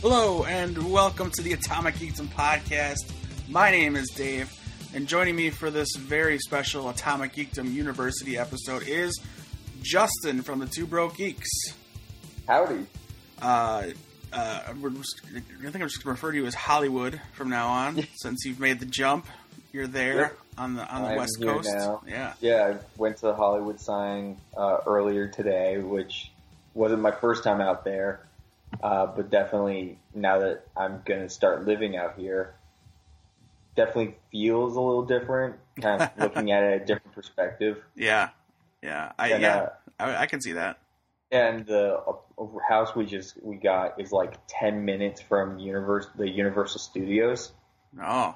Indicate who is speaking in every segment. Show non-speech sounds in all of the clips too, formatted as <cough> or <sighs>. Speaker 1: Hello and welcome to the Atomic Geeks and Podcast. My name is Dave, and joining me for this very special Atomic Geekdom University episode is Justin from the Two Bro Geeks.
Speaker 2: Howdy.
Speaker 1: Uh, uh, we're just- I think I'm just going to refer to you as Hollywood from now
Speaker 2: <laughs>
Speaker 1: on, since you've made the jump. You're there
Speaker 2: Yep.
Speaker 1: on the on the
Speaker 2: I'm
Speaker 1: West
Speaker 2: here
Speaker 1: Coast.
Speaker 2: now.
Speaker 1: Yeah,
Speaker 2: Yeah, I went to the Hollywood sign uh, earlier today, which wasn't my first time out there, uh, but definitely now that I'm going to start living out here, definitely feels a little different,
Speaker 1: <laughs>
Speaker 2: kind of looking at it a different perspective.
Speaker 1: yeah, yeah. I,
Speaker 2: And,
Speaker 1: yeah,
Speaker 2: uh,
Speaker 1: I, I can see that.
Speaker 2: and the uh, house we just we got is like 10 minutes from universe the Universal Studios.
Speaker 1: Oh,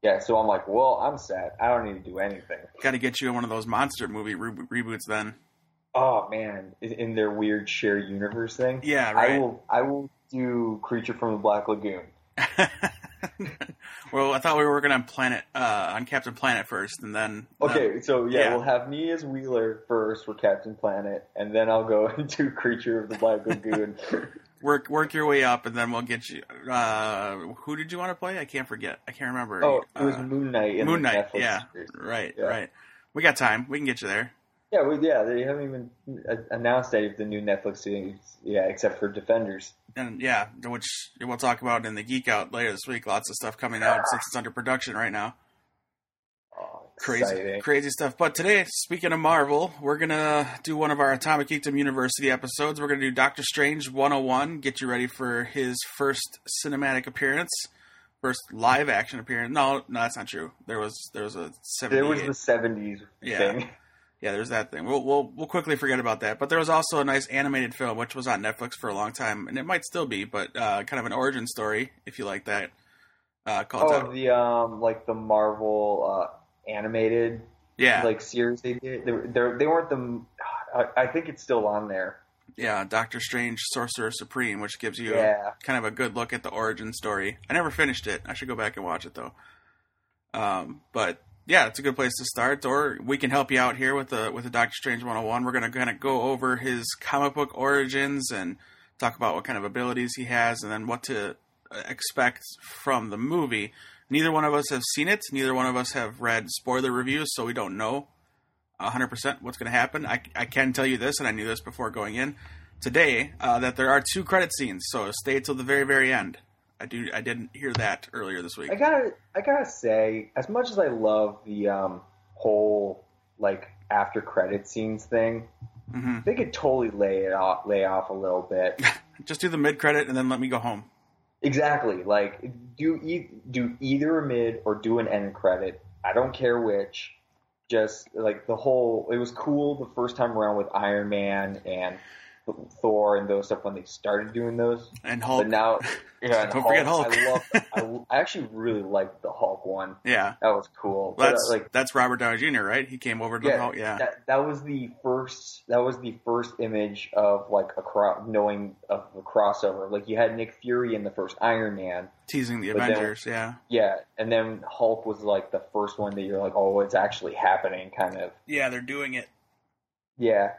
Speaker 2: Yeah, so I'm like, well, I'm set. I don't need to do anything.
Speaker 1: got to get you in one of those monster movie re- reboots then.
Speaker 2: Oh man, in- in their weird share universe thing.
Speaker 1: Yeah, right.
Speaker 2: I will. I will do Creature from the Black Lagoon.
Speaker 1: <laughs> well, I thought we were working on Planet, uh, on Captain Planet first, and then uh,
Speaker 2: Okay, so yeah,
Speaker 1: yeah.
Speaker 2: we'll have me as Wheeler first for Captain Planet, and then I'll go <laughs> into Creature of
Speaker 1: <laughs>
Speaker 2: the Black Lagoon.
Speaker 1: work work your way up, and then we'll get you. Uh, who did you want to play? I can't forget. I can't remember.
Speaker 2: oh, it was
Speaker 1: Uh,
Speaker 2: Moon Knight. In
Speaker 1: Moon
Speaker 2: the
Speaker 1: Knight,
Speaker 2: Netflix
Speaker 1: yeah.
Speaker 2: series.
Speaker 1: right,
Speaker 2: Yeah.
Speaker 1: right. We got time. We can get you there.
Speaker 2: yeah, well, yeah. They haven't even uh, announced any of the new Netflix series, yeah, except for Defenders.
Speaker 1: And yeah, which we'll talk about in the Geek Out later this week. Lots of stuff coming out since it's under production right now.
Speaker 2: Oh,
Speaker 1: crazy
Speaker 2: exciting.
Speaker 1: crazy stuff but today speaking of marvel we're gonna do one of our atomic geekdom university episodes we're gonna do doctor strange 101 get you ready for his first cinematic appearance first live action appearance no no that's not true there was there was a 78
Speaker 2: There was the '70s
Speaker 1: Yeah. <laughs>
Speaker 2: thing.
Speaker 1: yeah there's that thing we'll, we'll we'll quickly forget about that but there was also a nice animated film which was on netflix for a long time and it might still be but uh, kind of an origin story if you like that uh, called
Speaker 2: Oh,
Speaker 1: Doc-
Speaker 2: the um, like the Marvel uh, animated
Speaker 1: yeah
Speaker 2: like series they did. They, were- they're- they weren't the. I, I think it's still on there.
Speaker 1: yeah doctor strange sorcerer supreme which gives you
Speaker 2: Yeah,
Speaker 1: kind of a good look at the origin story. I never finished it. I should go back and watch it though. Um, but yeah, it's a good place to start. Or we can help you out here with the with the Doctor Strange 101. We're gonna kind of go over his comic book origins and talk about what kind of abilities he has, and then what to uh, expect from the movie. Neither one of us have seen it. Neither one of us have read spoiler reviews, so we don't know 100% what's going to happen. I, I can tell you this, and I knew this before going in today uh, that there are two credit scenes, so stay till the very very end. I do I didn't hear that earlier this week.
Speaker 2: I gotta, I gotta say, as much as I love the um, whole like after credit scenes thing,
Speaker 1: hmm
Speaker 2: they could totally lay it off, lay off a little
Speaker 1: <laughs>
Speaker 2: bit.
Speaker 1: Just do the mid credit and then let me go home.
Speaker 2: exactly, like do e- do either a mid or do an end credit. I don't care which. Just like the whole, it was cool the first time around with Iron Man and Thor and those stuff when they started doing those.
Speaker 1: And Hulk,
Speaker 2: But
Speaker 1: <laughs>
Speaker 2: now, yeah, and
Speaker 1: Don't forget Hulk.
Speaker 2: I, love, I, I actually really liked the Hulk one.
Speaker 1: yeah,
Speaker 2: That was cool. But, uh,
Speaker 1: that's
Speaker 2: like
Speaker 1: that's Robert Downey Jr. Right? He came over to
Speaker 2: Yeah,
Speaker 1: the Hulk. Yeah,
Speaker 2: that, that was the first. That was the first image of like a cro- knowing of a crossover. Like you had Nick Fury in the first Iron Man.
Speaker 1: teasing the
Speaker 2: but then-
Speaker 1: Avengers. yeah,
Speaker 2: Yeah, and then Hulk was like the first one that you're like, oh, it's actually happening, kind of.
Speaker 1: yeah, they're doing it.
Speaker 2: Yeah.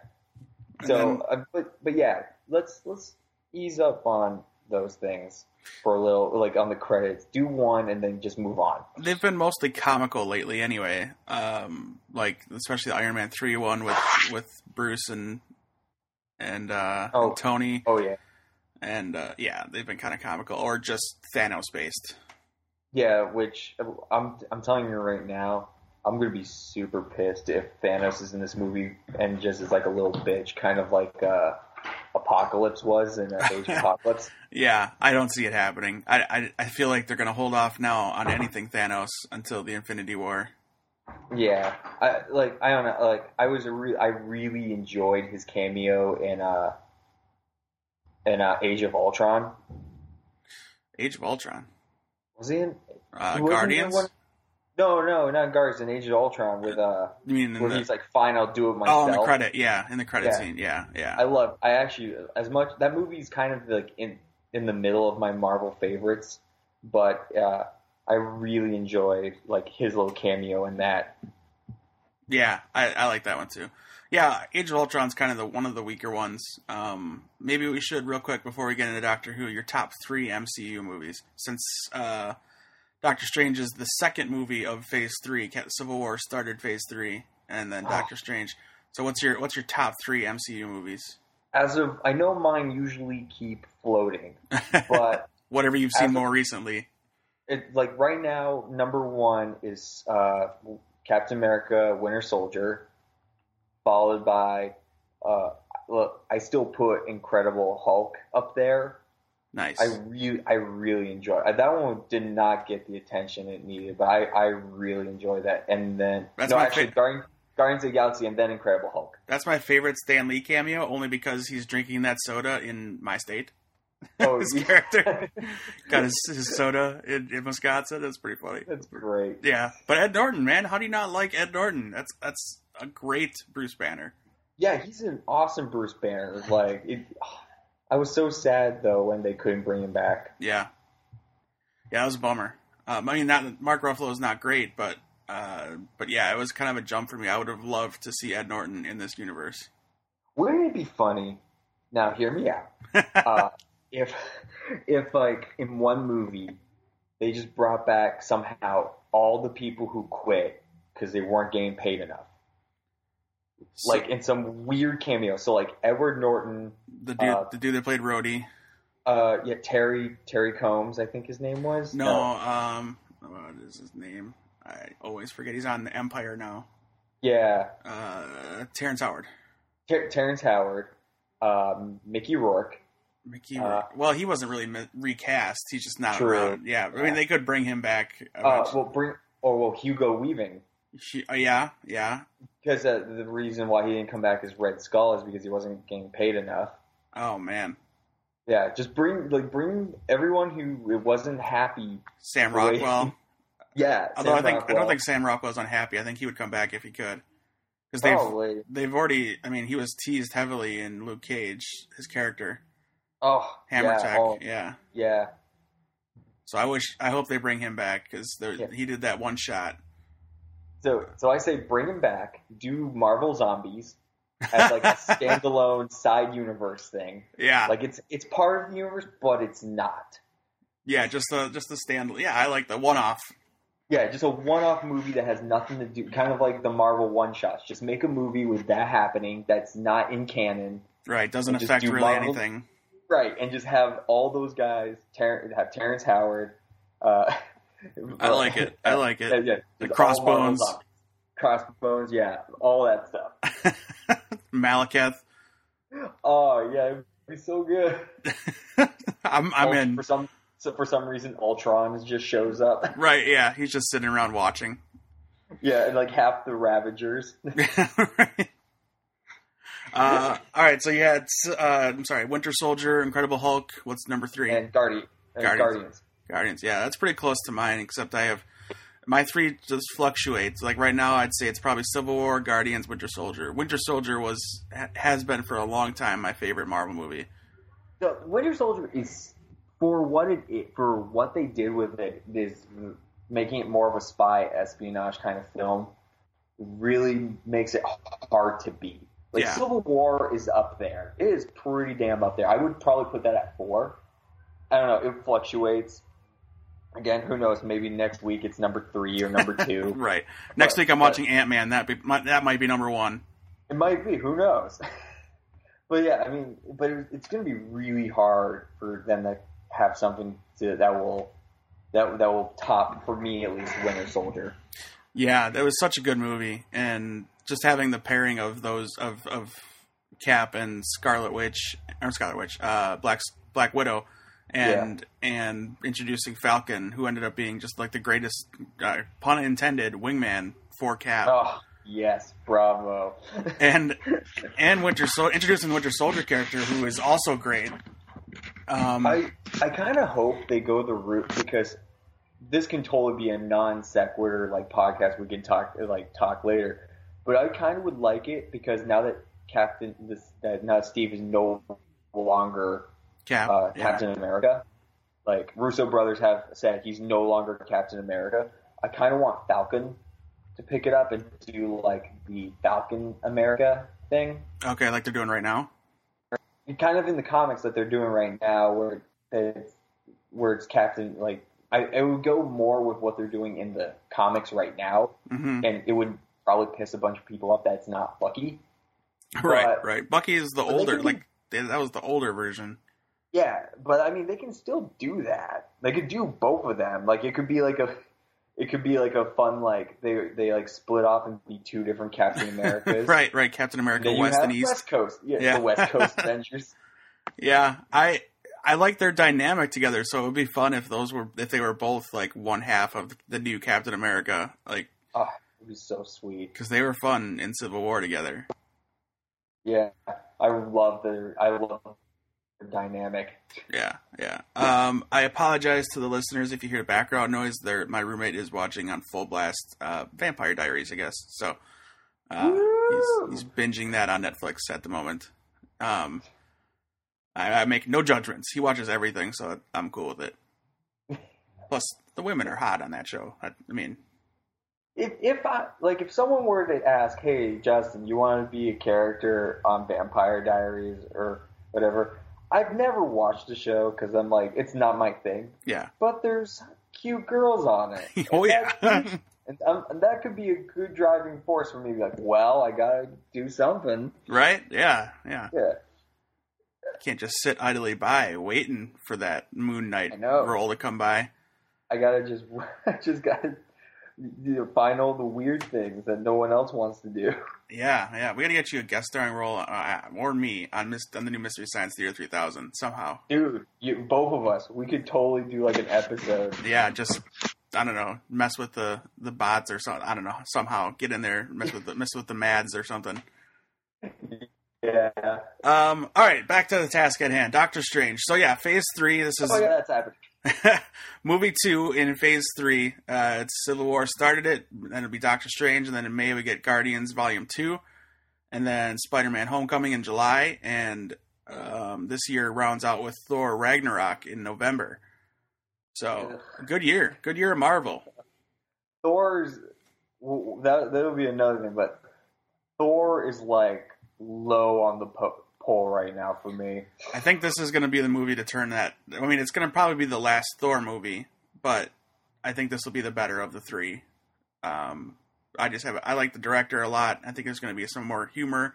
Speaker 1: And
Speaker 2: So,
Speaker 1: then-
Speaker 2: uh, but but yeah, let's let's ease up on those things for a little, like on the credits. Do one and then just move on.
Speaker 1: they've been mostly comical lately anyway um like especially the iron man 3 one with with bruce and and uh
Speaker 2: Oh.
Speaker 1: and tony
Speaker 2: Oh yeah,
Speaker 1: and uh yeah they've been kind of comical or just thanos based
Speaker 2: yeah. Which I'm I'm telling you right now, I'm gonna be super pissed if Thanos is in this movie and just is like a little bitch, kind of like uh, Apocalypse was
Speaker 1: <laughs>
Speaker 2: in uh, Age of Apocalypse.
Speaker 1: yeah i don't see it happening I, I i feel like they're gonna hold off now on
Speaker 2: Uh-huh.
Speaker 1: anything thanos until the infinity war
Speaker 2: Yeah, I like I don't know. Like I was a re- I really enjoyed his cameo in uh in uh, Age of Ultron.
Speaker 1: age of ultron
Speaker 2: Was he in
Speaker 1: uh
Speaker 2: He wasn't in
Speaker 1: guardians
Speaker 2: one- No, no, not Guardians. In Age of Ultron with uh,
Speaker 1: you mean in
Speaker 2: where
Speaker 1: the-
Speaker 2: he's like, "Fine, I'll do it
Speaker 1: oh
Speaker 2: myself."
Speaker 1: in the credit yeah in the credit
Speaker 2: Yeah.
Speaker 1: scene yeah yeah
Speaker 2: I love. I actually as much that movie's kind of like in in the middle of my Marvel favorites, but uh, I really enjoyed like his little cameo in that.
Speaker 1: Yeah, I, I like that one too. yeah, Age of Ultron's kind of the one of the weaker ones. Um, maybe we should real quick before we get into Doctor Who, your top three MCU movies, since uh, Doctor Strange is the second movie of Phase Three. Ca- Civil War started Phase Three, and then
Speaker 2: Ah.
Speaker 1: Doctor Strange. So what's your what's your top three MCU movies?
Speaker 2: As of I know, mine usually keep floating, but
Speaker 1: Whatever you've seen
Speaker 2: As-
Speaker 1: more recently.
Speaker 2: it like right now number one is uh, Captain America: Winter Soldier, followed by uh, look, I still put Incredible Hulk up there.
Speaker 1: Nice.
Speaker 2: I really I really enjoy I- that one. Did not get the attention it needed, but I, I really enjoy that. And then
Speaker 1: That's
Speaker 2: no,
Speaker 1: my
Speaker 2: actually
Speaker 1: fav-
Speaker 2: Guardian, Guardians of the Galaxy and then Incredible
Speaker 1: <laughs>
Speaker 2: Hulk.
Speaker 1: That's my favorite Stan Lee cameo, only because he's drinking that soda in my state.
Speaker 2: Oh,
Speaker 1: his
Speaker 2: yeah.
Speaker 1: character got his, his soda in, in Wisconsin. That's pretty funny.
Speaker 2: <laughs> that's great.
Speaker 1: Yeah, but Ed Norton, man, how do you not like Ed Norton? That's that's a great Bruce Banner.
Speaker 2: Yeah, he's an awesome Bruce Banner. Like, it, I was so sad though when they couldn't bring him back.
Speaker 1: Yeah, yeah, that was a bummer. Um, I mean, not Mark Ruffalo is not great, but uh, but yeah, it was kind of a jump for me. I would have loved to see Ed Norton in this universe.
Speaker 2: Wouldn't it be funny? Now, hear me out.
Speaker 1: <laughs>
Speaker 2: Uh, if, if like in one movie, they just brought back somehow all the people who quit because they weren't getting paid enough,
Speaker 1: So,
Speaker 2: like in some weird cameo. So like Edward Norton,
Speaker 1: the dude,
Speaker 2: uh,
Speaker 1: the dude that played Rhodey.
Speaker 2: uh, yeah, Terry Terry Combs, I think his name was.
Speaker 1: No, um, what is his name? I always forget. He's on the Empire now.
Speaker 2: yeah,
Speaker 1: Uh, Terrence Howard.
Speaker 2: Ter- Terrence Howard, um, Mickey Rourke.
Speaker 1: Mickey.
Speaker 2: Uh,
Speaker 1: well, he wasn't really mi- recast. He's just not
Speaker 2: True.
Speaker 1: around. Yeah, I mean,
Speaker 2: Yeah.
Speaker 1: they could bring him back.
Speaker 2: Uh,
Speaker 1: eventually.
Speaker 2: well, bring or well Hugo Weaving
Speaker 1: She, uh, yeah, yeah.
Speaker 2: because uh, the reason why he didn't come back as Red Skull is because he wasn't getting paid enough.
Speaker 1: Oh man,
Speaker 2: Yeah, just bring like bring everyone who it wasn't happy.
Speaker 1: Sam
Speaker 2: The way-
Speaker 1: Rockwell.
Speaker 2: <laughs> Yeah,
Speaker 1: Although I
Speaker 2: Sam
Speaker 1: think I
Speaker 2: Rockwell,
Speaker 1: don't think Sam Rockwell's unhappy. I think he would come back if he could, because they've
Speaker 2: probably.
Speaker 1: they've already. I mean, he was teased heavily in Luke Cage, his character
Speaker 2: Oh,
Speaker 1: Hammer
Speaker 2: yeah,
Speaker 1: Tech.
Speaker 2: oh,
Speaker 1: Yeah.
Speaker 2: yeah,
Speaker 1: So I wish I hope they bring him back because
Speaker 2: Yeah.
Speaker 1: he did that one shot.
Speaker 2: So so I say bring him back. Do Marvel Zombies as
Speaker 1: <laughs>
Speaker 2: like a standalone side universe thing.
Speaker 1: Yeah,
Speaker 2: Like it's it's part of the universe, but it's not.
Speaker 1: yeah. Just the just the stand. Yeah, I like the one off.
Speaker 2: Yeah, just a one-off movie that has nothing to do, kind of like the Marvel one-shots. Just make a movie with that happening that's not in canon,
Speaker 1: Right, doesn't
Speaker 2: And just
Speaker 1: affect
Speaker 2: do
Speaker 1: really
Speaker 2: Marvel.
Speaker 1: anything.
Speaker 2: right? And just have all those guys Ter- have Terrence Howard. Uh,
Speaker 1: <laughs> I like it. I like
Speaker 2: Yeah,
Speaker 1: it.
Speaker 2: yeah,
Speaker 1: The
Speaker 2: just all Marvel
Speaker 1: crossbones.
Speaker 2: zombies. crossbones, yeah, all that stuff.
Speaker 1: Malekith. <laughs>
Speaker 2: Oh yeah, it'd be so good.
Speaker 1: I'm I'm
Speaker 2: Ult-
Speaker 1: in.
Speaker 2: for some so for some reason Ultron just shows up. <laughs>
Speaker 1: Right, yeah. He's just sitting around watching. <laughs>
Speaker 2: yeah, and like half the Ravagers.
Speaker 1: uh, all right, so you had uh, I'm sorry, Winter Soldier, Incredible Hulk. What's number three?
Speaker 2: and Guardi- and
Speaker 1: Guardians.
Speaker 2: Guardians.
Speaker 1: Guardians. Yeah, that's pretty close to mine. Except I have my three just fluctuates. Like right now, I'd say it's probably Civil War, Guardians, Winter Soldier. Winter Soldier was ha- has been for a long time my favorite Marvel movie.
Speaker 2: The Winter Soldier is for what it, it for what they did with it is making it more of a spy espionage kind of film. Really makes it hard to beat. Like
Speaker 1: Yeah.
Speaker 2: Civil War is up there. It is pretty damn up there. I would probably put that at four. I don't know. It fluctuates. Again, who knows? Maybe next week it's number three or number two.
Speaker 1: Right. Next
Speaker 2: But-
Speaker 1: week I'm
Speaker 2: but-
Speaker 1: watching Ant Man. That be, might, that might be number one.
Speaker 2: It might be. Who knows? <laughs> but yeah, I mean, but it, it's going to be really hard for them to have something to, that will that that will top for me at least Winter Soldier.
Speaker 1: Yeah, that was such a good movie, and just having the pairing of those of of Cap and Scarlet Witch or Scarlet Witch, uh, Black Black Widow, and and introducing Falcon, who ended up being just like the greatest, uh, pun intended, wingman for Cap,
Speaker 2: Oh yes, bravo. <laughs>
Speaker 1: and and Winter Sol introducing the Winter Soldier character, who is also great. Um,
Speaker 2: I I kind of hope they go the route because this can totally be a non sequitur like podcast we can talk like talk later. But I kind of would like it because now that Captain this that now Steve is no longer
Speaker 1: Cap,
Speaker 2: uh,
Speaker 1: yeah.
Speaker 2: Captain America. Like Russo brothers have said, he's no longer Captain America. I kind of want Falcon to pick it up and do like the Falcon America thing.
Speaker 1: Okay, like they're doing right now.
Speaker 2: Kind of in the comics that they're doing right now, where it's, where it's Captain like I it would go more with what they're doing in the comics right now,
Speaker 1: hmm
Speaker 2: and it would probably piss a bunch of people off that's not Bucky.
Speaker 1: right,
Speaker 2: but-
Speaker 1: right. Bucky is the
Speaker 2: but they
Speaker 1: older,
Speaker 2: can-
Speaker 1: like they, that was the older version.
Speaker 2: Yeah, but I mean, they can still do that. They could do both of them. Like it could be like a, it could be like a fun like they they like split off and be two
Speaker 1: <laughs>
Speaker 2: different Captain Americas.
Speaker 1: Right, right. Captain America,
Speaker 2: Then you
Speaker 1: West
Speaker 2: have
Speaker 1: and East.
Speaker 2: West Coast, yeah,
Speaker 1: Yeah. <laughs>
Speaker 2: the West Coast Avengers.
Speaker 1: Yeah, I I like their dynamic together. So it would be fun if those were if they were both like one half of the new Captain America, like
Speaker 2: It was so sweet.
Speaker 1: because they were fun in Civil War together.
Speaker 2: Yeah, I love their I love their dynamic.
Speaker 1: Yeah, yeah. Um, I apologize to the listeners if you hear background noise. There, my roommate is watching on full blast uh, Vampire Diaries, I guess. So uh,
Speaker 2: Woo!
Speaker 1: he's, he's binging that on Netflix at the moment. Um, I, I make no judgments. He watches everything, so I'm cool with it. Plus, the women are hot on that show. I, I mean,
Speaker 2: If if I like if someone were to ask, hey Justin, you want to be a character on Vampire Diaries or whatever? I've never watched the show because I'm like it's not my thing.
Speaker 1: yeah.
Speaker 2: But there's cute girls on it. <laughs>
Speaker 1: Oh yeah.
Speaker 2: That's- And, um, and that could be a good driving force for me. to be Like, well, I gotta do something.
Speaker 1: <laughs> right? Yeah, yeah.
Speaker 2: Yeah,
Speaker 1: Can't just sit idly by waiting for that Moon
Speaker 2: I
Speaker 1: Knight
Speaker 2: know.
Speaker 1: roll to come by.
Speaker 2: I gotta just, <laughs> I just gotta you know, find all the weird things that no one else wants to do.
Speaker 1: Yeah, yeah. We gotta get you a guest starring role, uh, or me on, Mis- on the new Mystery Science Theater 3000 somehow.
Speaker 2: <laughs> Dude, you, both of us, we could totally do like an episode.
Speaker 1: Yeah, just I don't know, mess with the the bots or something. I don't know. Somehow get in there, mess with the mess with the mads or something.
Speaker 2: Yeah.
Speaker 1: Um. All right, back to the task at hand. Doctor Strange. So yeah, Phase Three. This
Speaker 2: Oh
Speaker 1: is
Speaker 2: my god, that's happening.
Speaker 1: <laughs> movie two in phase three. Uh, it's Civil War started it, then it'll be Doctor Strange, and then in May we get Guardians Volume Two, and then Spider Man Homecoming in July, and um, this year rounds out with Thor Ragnarok in November. So good year, good year of Marvel.
Speaker 2: Thor's w- w- that that'll be another thing, but Thor is like low on the po- pole right now for me.
Speaker 1: I think this is going to be the movie to turn that. I mean, it's going to probably be the last Thor movie, but I think this will be the better of the three. Um, I just have I like the director a lot. I think there's going to be some more humor,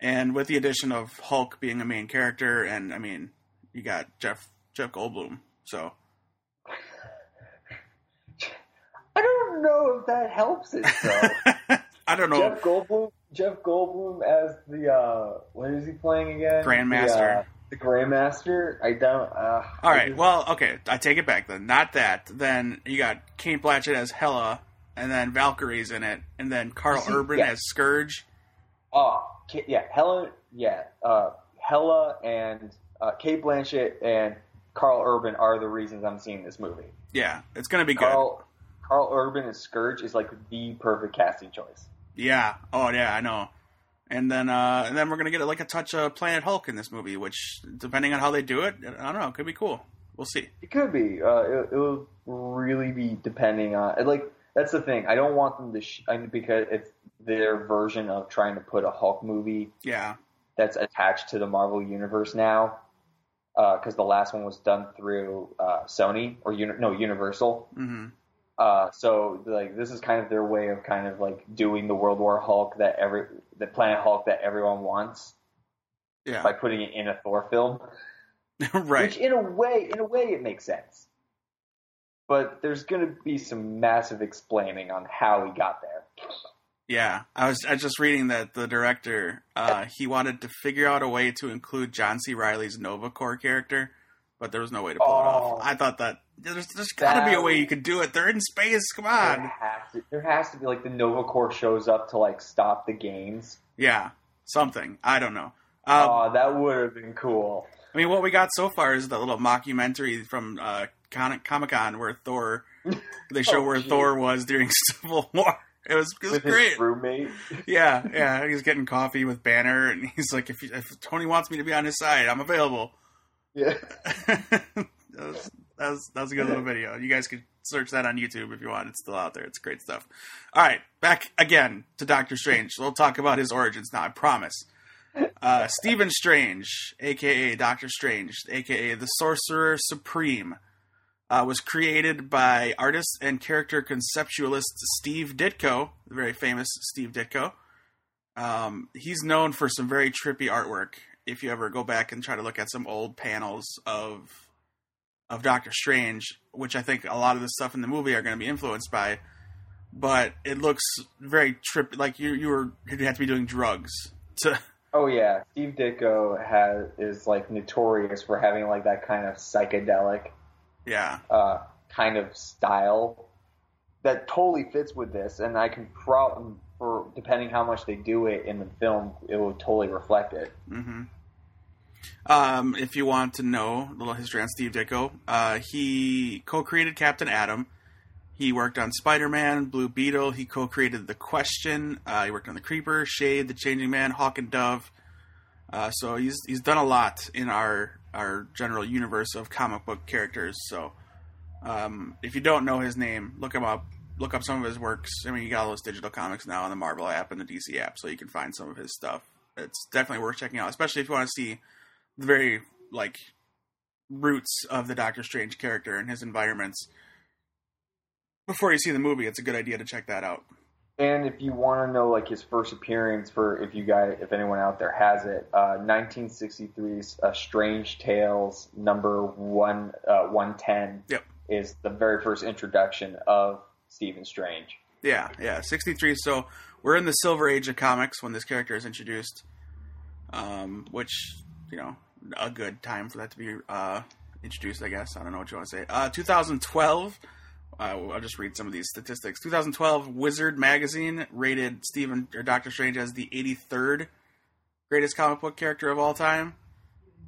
Speaker 1: and with the addition of Hulk being a main character, and I mean, you got Jeff Jeff Goldblum. So <laughs>
Speaker 2: I don't know if that helps it <laughs> though.
Speaker 1: I don't know,
Speaker 2: Jeff Goldblum. Jeff Goldblum as the uh, what is he playing again?
Speaker 1: Grandmaster.
Speaker 2: The, uh, the Grandmaster. I don't. Uh,
Speaker 1: All
Speaker 2: I
Speaker 1: right.
Speaker 2: just-
Speaker 1: Well, okay. I take it back then. Not that. Then you got Kate Blanchett as Hela, and then Valkyrie's in it, and then Carl
Speaker 2: See,
Speaker 1: Urban
Speaker 2: yeah.
Speaker 1: as Scourge.
Speaker 2: oh, K- yeah. Helen. Yeah. Uh, Hella and uh, Kate Blanchett and Carl Urban are the reasons I'm seeing this movie.
Speaker 1: Yeah, it's gonna be good.
Speaker 2: Carl Carl Urban as Scourge is like the perfect casting choice.
Speaker 1: Yeah. Oh yeah, I know. And then uh and then we're gonna get like a touch of Planet Hulk in this movie, which depending on how they do it, I don't know, it could be cool. We'll see.
Speaker 2: It could be. Uh, it, it will really be depending on like that's the thing. I don't want them to sh- I mean, because it's their version of trying to put a Hulk movie
Speaker 1: Yeah.
Speaker 2: that's attached to the Marvel universe now. Because the last one was done through uh, Sony or uni- no Universal,
Speaker 1: hmm
Speaker 2: uh, so like this is kind of their way of kind of like doing the World War Hulk that every the Planet Hulk that everyone wants
Speaker 1: Yeah.
Speaker 2: by putting it in a Thor film. Which
Speaker 1: <laughs> right.
Speaker 2: in a way, in a way, it makes sense. But there's going to be some massive explaining on how we got there.
Speaker 1: Yeah. I was I was just reading that the director uh he wanted to figure out a way to include John C. Riley's Nova Corps character, but there was no way to pull it off.
Speaker 2: Oh.
Speaker 1: I thought that there's there's gotta be a way you could do it. They're in space, come
Speaker 2: There
Speaker 1: on.
Speaker 2: has to, there has to be like the Nova Corps shows up to like stop the games.
Speaker 1: Yeah. Something. I don't know. Um,
Speaker 2: Aw, that would have been cool.
Speaker 1: I mean, what we got so far is the little mockumentary from uh, Con- Comic Con where
Speaker 2: <laughs>
Speaker 1: Thor, they show
Speaker 2: Oh,
Speaker 1: where
Speaker 2: gee.
Speaker 1: Thor was during <laughs> Civil War. It was, it was
Speaker 2: With
Speaker 1: great.
Speaker 2: his roommate, <laughs>
Speaker 1: Yeah, yeah. He's getting coffee with Banner, and he's like, if, if Tony wants me to be on his side, I'm available.
Speaker 2: yeah,
Speaker 1: <laughs> that, was, that That was that was a good little video. You guys could search that on YouTube if you want. It's still out there. It's great stuff. All right, back again to Doctor Strange. We'll talk about his origins now. I promise. Uh, Stephen Strange, aka Doctor Strange, aka the Sorcerer Supreme, uh, was created by artist and character conceptualist Steve Ditko, the very famous Steve Ditko. Um, he's known for some very trippy artwork. If you ever go back and try to look at some old panels of of Doctor Strange, which I think a lot of the stuff in the movie are going to be influenced by, but it looks very trippy. Like you you were you had to be doing drugs to <laughs>
Speaker 2: Oh yeah, Steve Ditko has is like notorious for having like that kind of psychedelic
Speaker 1: yeah
Speaker 2: uh, kind of style that totally fits with this, and I can probably for depending how much they do it in the film, it will totally reflect it.
Speaker 1: Mm-hmm. Um, if you want to know a little history on Steve Ditko, uh, he co-created Captain Atom. He worked on Spider-Man, Blue Beetle. He co-created The Question. Uh, he worked on The Creeper, Shade, The Changing Man, Hawk and Dove. Uh, so he's he's done a lot in our our general universe of comic book characters. So um, if you don't know his name, look him up. Look up some of his works. I mean, you got all those digital comics now on the Marvel app and the DC app, so you can find some of his stuff it's definitely worth checking out, especially if you want to see the very like roots of the Doctor Strange character and his environments. Before you see the movie, it's a good idea to check that out.
Speaker 2: And if you want to know like his first appearance for if you guys if anyone out there has it, uh, 1963's uh, Strange Tales number one uh, 110
Speaker 1: Yep.
Speaker 2: is the very first introduction of Stephen Strange.
Speaker 1: Yeah, yeah, sixty three. So we're in the Silver Age of comics when this character is introduced, um, which you know a good time for that to be uh, introduced. I guess I don't know what you want to say. Uh, two thousand twelve. Uh, I'll just read some of these statistics. 2012 Wizard magazine rated Stephen or Doctor Strange as the 83rd greatest comic book character of all time.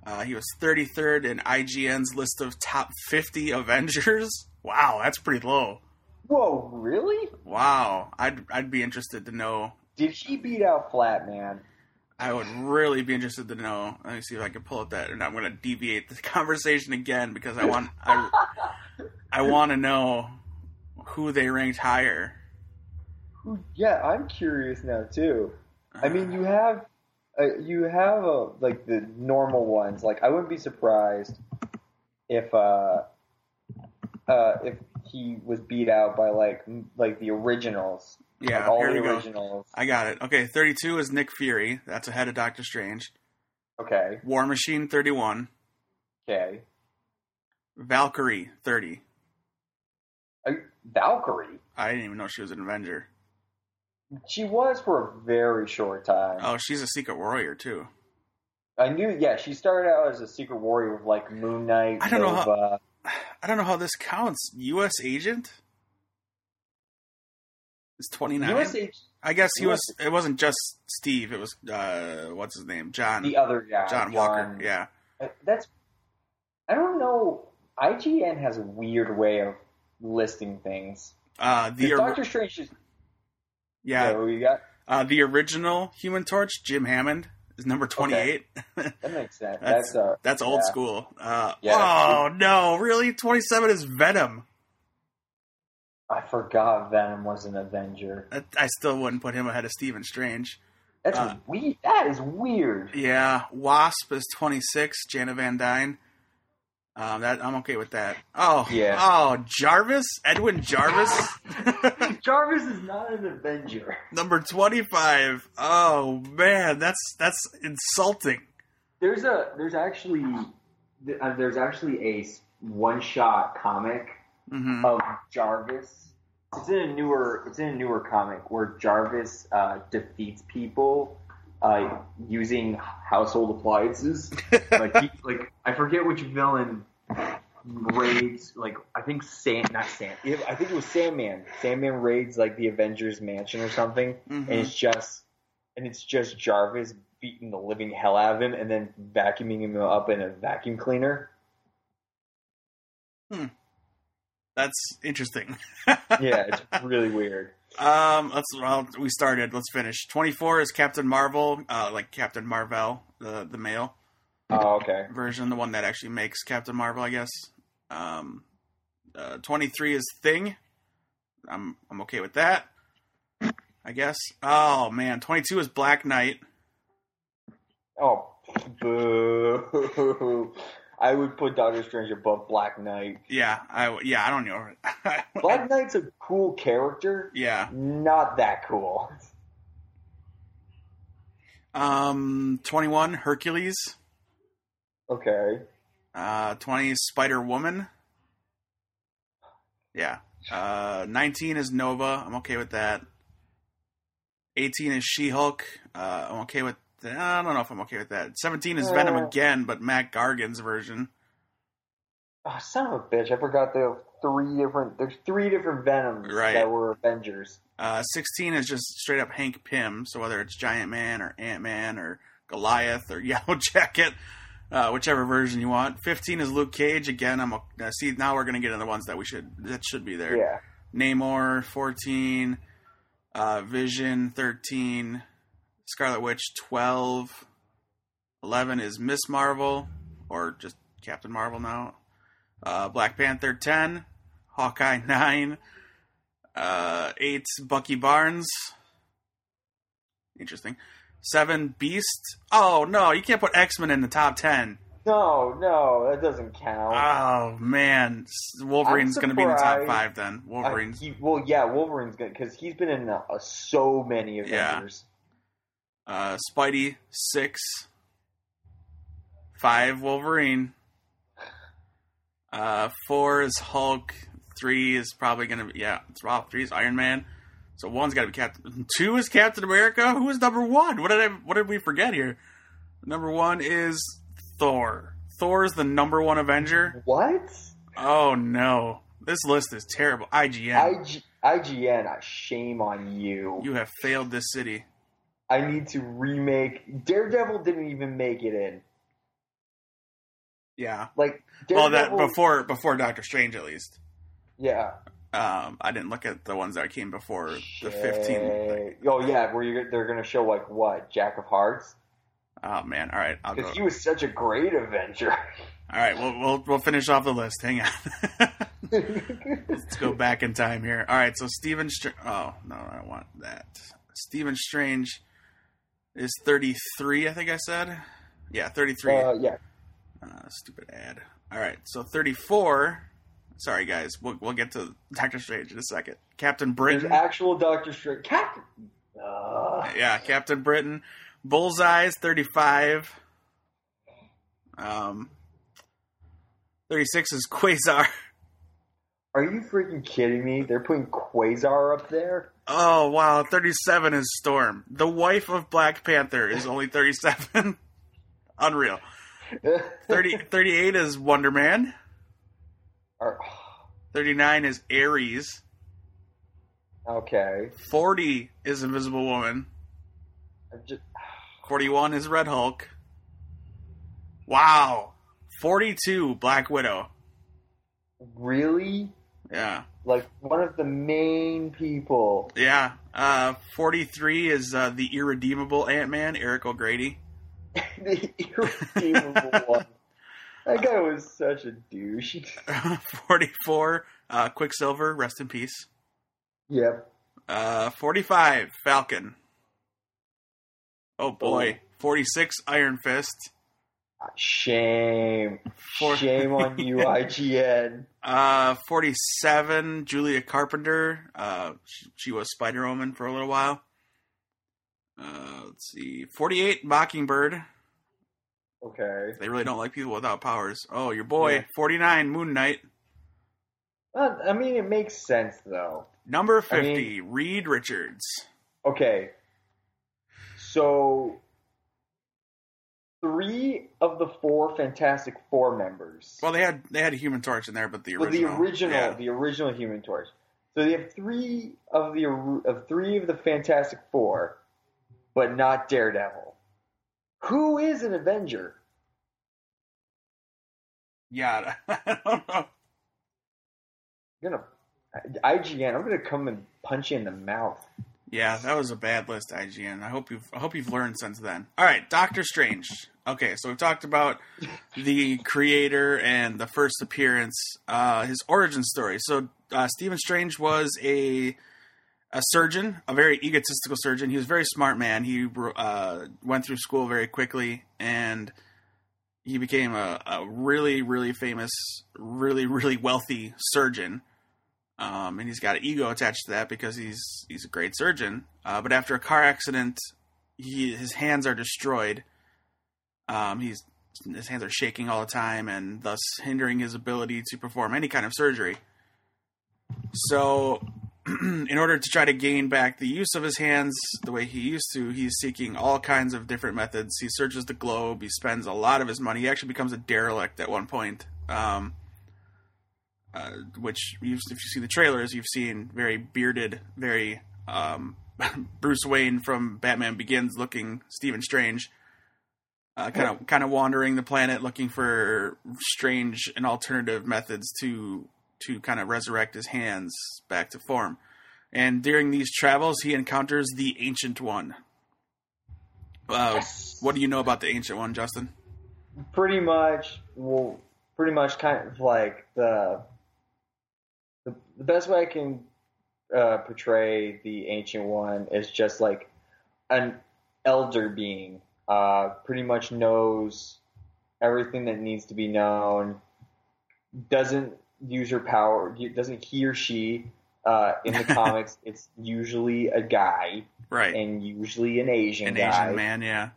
Speaker 1: Uh, he was 33rd in IGN's list of top 50 Avengers. <laughs> Wow, that's pretty low.
Speaker 2: Whoa, really?
Speaker 1: Wow, I'd I'd be interested to know.
Speaker 2: Did he beat out Flat Man?
Speaker 1: I would really be interested to know. Let me see if I can pull up that, and I'm going to deviate the <laughs> conversation again because I want I, I want to know who they ranked higher.
Speaker 2: Who- Yeah, I'm curious now too. I mean, you have uh, you have uh, like the normal ones. Like, I wouldn't be surprised if uh, uh, if he was beat out by like m- like the originals.
Speaker 1: yeah,
Speaker 2: like, all
Speaker 1: here
Speaker 2: the
Speaker 1: we go.
Speaker 2: originals.
Speaker 1: I got it. Okay, 32 is Nick Fury. That's ahead of Doctor Strange.
Speaker 2: Okay,
Speaker 1: War Machine 31,
Speaker 2: okay.
Speaker 1: Valkyrie 30.
Speaker 2: Uh, Valkyrie.
Speaker 1: I didn't even know she was an Avenger.
Speaker 2: She was for a very short time.
Speaker 1: Oh, she's a Secret Warrior too.
Speaker 2: I knew. Yeah, she started out as a secret warrior with like Moon Knight.
Speaker 1: I don't know how-
Speaker 2: Nova.
Speaker 1: I don't know how this counts. U.S. agent is twenty nine.
Speaker 2: USA,
Speaker 1: I guess he was.
Speaker 2: US
Speaker 1: It wasn't just Steve. It was uh, what's his name, John.
Speaker 2: the uh, other guy,
Speaker 1: John Walker. Yeah,
Speaker 2: Uh, That's. I don't know. IGN has a weird way of listing things.
Speaker 1: uh, the or-
Speaker 2: Doctor Strange is.
Speaker 1: yeah
Speaker 2: so you got
Speaker 1: uh, the original Human Torch, Jim Hammond, is number twenty eight.
Speaker 2: that makes sense.
Speaker 1: That's-
Speaker 2: That's, uh,
Speaker 1: That's old
Speaker 2: Yeah.
Speaker 1: school. Uh,
Speaker 2: Yeah,
Speaker 1: oh no, really? Twenty seven is Venom.
Speaker 2: I forgot Venom was an Avenger.
Speaker 1: I, I still wouldn't put him ahead of Stephen Strange.
Speaker 2: That's
Speaker 1: Uh,
Speaker 2: we. That
Speaker 1: <laughs>
Speaker 2: is weird.
Speaker 1: Yeah, Wasp is 26. Jana Van Dyne. Um, that I'm okay with that. Oh,
Speaker 2: Yeah.
Speaker 1: Oh, Jarvis, Edwin Jarvis, <laughs>
Speaker 2: Jarvis is not an Avenger.
Speaker 1: number 25. Oh man, that's that's insulting.
Speaker 2: There's a. There's actually. th- uh, There's actually a one shot comic
Speaker 1: hmm
Speaker 2: of Jarvis. It's in a newer it's in a newer comic where Jarvis uh, defeats people uh, using household appliances. like he, like I forget which villain raids like I think Sand not Sand I think it was Sandman. Sandman raids like the Avengers mansion or something,
Speaker 1: Mhm.
Speaker 2: and it's just and it's just Jarvis beating the living hell out of him and then vacuuming him up in a vacuum cleaner.
Speaker 1: That's interesting.
Speaker 2: Yeah, it's really weird.
Speaker 1: Um, let's well, we started. Let's finish. 24 is Captain Marvel, uh, like Captain Marvel, the the male
Speaker 2: Oh, okay.
Speaker 1: version, the one that actually makes Captain Marvel, I guess. Um, uh, 23 is Thing. I'm I'm okay with that. I guess. Oh man, 22 is Black Knight.
Speaker 2: Oh, boo! <laughs> I would put Doctor Strange above Black
Speaker 1: <laughs>
Speaker 2: Knight.
Speaker 1: Yeah, I yeah I don't know. <laughs>
Speaker 2: Black Knight's a cool character,
Speaker 1: yeah.
Speaker 2: not that cool. <laughs>
Speaker 1: Um, 21 Hercules.
Speaker 2: Okay,
Speaker 1: Uh, 20 is Spider Woman. Yeah. Uh, 19 is Nova. I'm okay with that. 18 is She Hulk. Uh, I'm okay with that. I don't know if I'm okay with that. 17 is Venom
Speaker 2: Uh.
Speaker 1: again, but Matt Gargan's version.
Speaker 2: oh, son of a bitch! I forgot there were three different. There's three different Venoms
Speaker 1: Right.
Speaker 2: that were Avengers.
Speaker 1: Uh, 16 is just straight up Hank Pym. So whether it's Giant Man or Ant Man or Goliath or <laughs> Yellow Jacket, uh, whichever version you want. 15 is Luke Cage. Again, I'm a, see now we're gonna get into the ones that we should that should be there.
Speaker 2: Yeah,
Speaker 1: Namor 14, uh, Vision 13, Scarlet Witch 12, 11 is Miss Marvel, or just Captain Marvel now, uh, Black Panther 10, Hawkeye <laughs> 9, uh, 8 Bucky Barnes. Interesting. 7 Beast. Oh no, you can't put X Men in the top 10.
Speaker 2: no, no, that doesn't count.
Speaker 1: Oh man, S- Wolverine's going to be in the top 5
Speaker 2: surprised.
Speaker 1: then.
Speaker 2: Uh,
Speaker 1: Wolverine's.
Speaker 2: he- well, yeah, Wolverine's good because he's been in uh, uh, so many Avengers.
Speaker 1: Uh, Spidey six, five Wolverine. Uh, four is Hulk. Three is probably gonna be yeah. It's well, three is Iron Man. So one's got to be Captain. Two is Captain America. Who is number one? What did I? What did we forget here? Number one is Thor. Thor is the number one Avenger.
Speaker 2: What?
Speaker 1: Oh no, this list is terrible. IGN,
Speaker 2: IG, IGN, uh, shame on you.
Speaker 1: you have failed this city.
Speaker 2: I need to remake. Daredevil didn't even make it in.
Speaker 1: Yeah.
Speaker 2: Like
Speaker 1: Well,
Speaker 2: Daredevil,
Speaker 1: that before before Doctor Strange at least.
Speaker 2: Yeah.
Speaker 1: Um, I didn't look at the ones that came before the 15.
Speaker 2: Shit. Oh yeah, where you they're gonna show like what Jack of Hearts
Speaker 1: Oh man! All right, I'll go.
Speaker 2: because he was such a great
Speaker 1: <laughs>
Speaker 2: Avenger.
Speaker 1: All right, we'll we'll we'll finish off the list. Hang on. <laughs>
Speaker 2: Uh,
Speaker 1: Let's go back in time here. All right, so Stephen. Str- oh no, I want that. Stephen Strange is 33. I think I said. Yeah, 33.
Speaker 2: Uh, yeah.
Speaker 1: Uh, stupid ad. All right, so 34. Sorry guys, we'll we'll get to Doctor Strange in a second. Captain
Speaker 2: There's
Speaker 1: Britain.
Speaker 2: actual Doctor Strange. Captain. Uh,
Speaker 1: yeah, Captain Britain. Bullseyes, 35. Um, 36 is Quasar. <laughs>
Speaker 2: are you freaking kidding me? They're putting Quasar up there. <laughs>
Speaker 1: Oh, wow. 37 is Storm. The wife of Black Panther is only 37. <laughs> Unreal. 30, 38 is Wonder Man.
Speaker 2: Are-
Speaker 1: 39 is Ares.
Speaker 2: okay.
Speaker 1: 40 is Invisible Woman.
Speaker 2: I'm just-
Speaker 1: 41 is Red Hulk. Wow. 42, Black Widow.
Speaker 2: really?
Speaker 1: Yeah.
Speaker 2: Like one of the main people.
Speaker 1: Yeah. Uh, 43 is uh, the irredeemable Ant Man, Eric O'Grady. <laughs>
Speaker 2: <laughs> the irredeemable one. That guy was such a douche. <laughs>
Speaker 1: 44, uh, Quicksilver, rest in peace.
Speaker 2: Yep.
Speaker 1: Uh, 45, Falcon. Oh boy. 46, Iron Fist.
Speaker 2: Shame.
Speaker 1: For-
Speaker 2: Shame on you, IGN.
Speaker 1: Uh, 47, Julia Carpenter. Uh, she, she was Spider Woman for a little while. Uh, let's see. 48, Mockingbird.
Speaker 2: Okay.
Speaker 1: They really don't like people without powers. Oh, your boy.
Speaker 2: Yeah.
Speaker 1: 49, Moon Knight.
Speaker 2: Uh, I mean, it makes sense though.
Speaker 1: Number 50,
Speaker 2: I mean-
Speaker 1: Reed Richards.
Speaker 2: Okay. So, three of the four Fantastic Four members.
Speaker 1: Well, they had they had a Human Torch in there, but the
Speaker 2: Well,
Speaker 1: original.
Speaker 2: the original,
Speaker 1: yeah.
Speaker 2: the original Human Torch. So they have three of the or- of three of the Fantastic Four, but not Daredevil, who is an Avenger.
Speaker 1: Yeah, <laughs> I don't know.
Speaker 2: I'm gonna IGN. I'm gonna come and punch you in the mouth.
Speaker 1: Yeah, that was a bad list, IGN. I hope you've I hope you've learned since then. All right, Doctor Strange. Okay, so we've talked about the creator and the first appearance, uh, his origin story. So uh, Stephen Strange was a a surgeon, a very egotistical surgeon. He was a very smart man. He uh, went through school very quickly, and he became a, a really, really famous, really, really wealthy surgeon. Um, and he's got an ego attached to that because he's he's a great surgeon. Uh, but after a car accident, he his hands are destroyed. Um, he's his hands are shaking all the time, and thus hindering his ability to perform any kind of surgery. So <clears throat> in order to try to gain back the use of his hands the way he used to, he's seeking all kinds of different methods. He searches the globe. He spends a lot of his money. He actually becomes a derelict at one point, um, uh, which if you see the trailers, you've seen very bearded, very um, <laughs> Bruce Wayne from Batman Begins looking Stephen Strange. Kind of, kind of wandering the planet, looking for strange and alternative methods to to kind of resurrect his hands back to form. And during these travels, he encounters the Ancient One. Uh, yes. What do you know about the Ancient One, Justin?
Speaker 2: Pretty much, well, pretty much kind of like the the, the best way I can uh, portray the Ancient One is just like an elder being. Uh, pretty much knows everything that needs to be known. Doesn't use her power. Doesn't he or she? Uh,
Speaker 1: <laughs>
Speaker 2: in the comics, it's usually a guy,
Speaker 1: right,
Speaker 2: and usually an Asian,
Speaker 1: an
Speaker 2: guy.
Speaker 1: Asian man, yeah,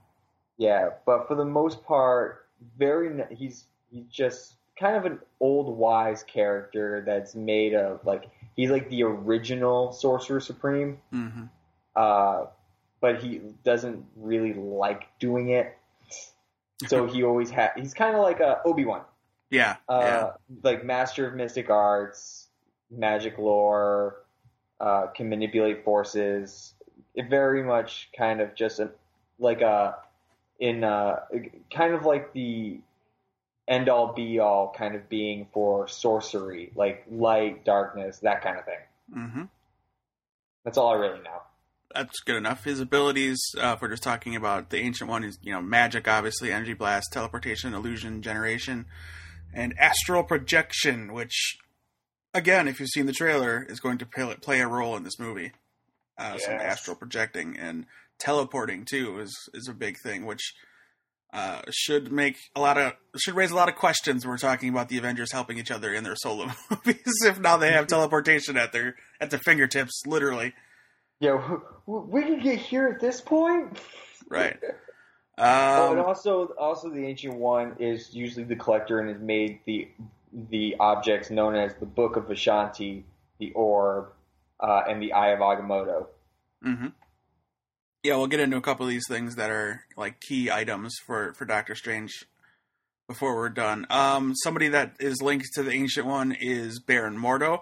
Speaker 2: yeah. But for the most part, very he's he's just kind of an old wise character that's made of like he's like the original Sorcerer Supreme,
Speaker 1: mm-hmm.
Speaker 2: uh, but he doesn't really like doing it. So he always ha- he's kind of like a Obi Wan.
Speaker 1: Yeah,
Speaker 2: uh,
Speaker 1: yeah,
Speaker 2: Like master of mystic arts, magic lore, uh, can manipulate forces. It very much kind of just a, like a in a, kind of like the end all be all kind of being for sorcery, like light, darkness, that kind of thing.
Speaker 1: Mm-hmm.
Speaker 2: That's all I really know.
Speaker 1: That's good enough. His abilities, uh, if we're just talking about the ancient one, is you know magic, obviously, energy blast, teleportation, illusion generation and astral projection, which, again, if you've seen the trailer, is going to play a role in this movie. Uh, yes. Some astral projecting and teleporting too is is a big thing, which uh, should make a lot of should raise a lot of questions. When we're talking about the Avengers helping each other in their solo <laughs> movies if now they have teleportation at their at their fingertips, literally.
Speaker 2: Yeah, we can get here at this point,
Speaker 1: right?
Speaker 2: Um, oh, and also, also the ancient one is usually the collector and has made the the objects known as the Book of Vishanti, the Orb, uh, and the Eye of Agamotto.
Speaker 1: Mm-hmm. Yeah, we'll get into a couple of these things that are like key items for for Doctor Strange before we're done. Um, somebody that is linked to the ancient one is Baron Mordo.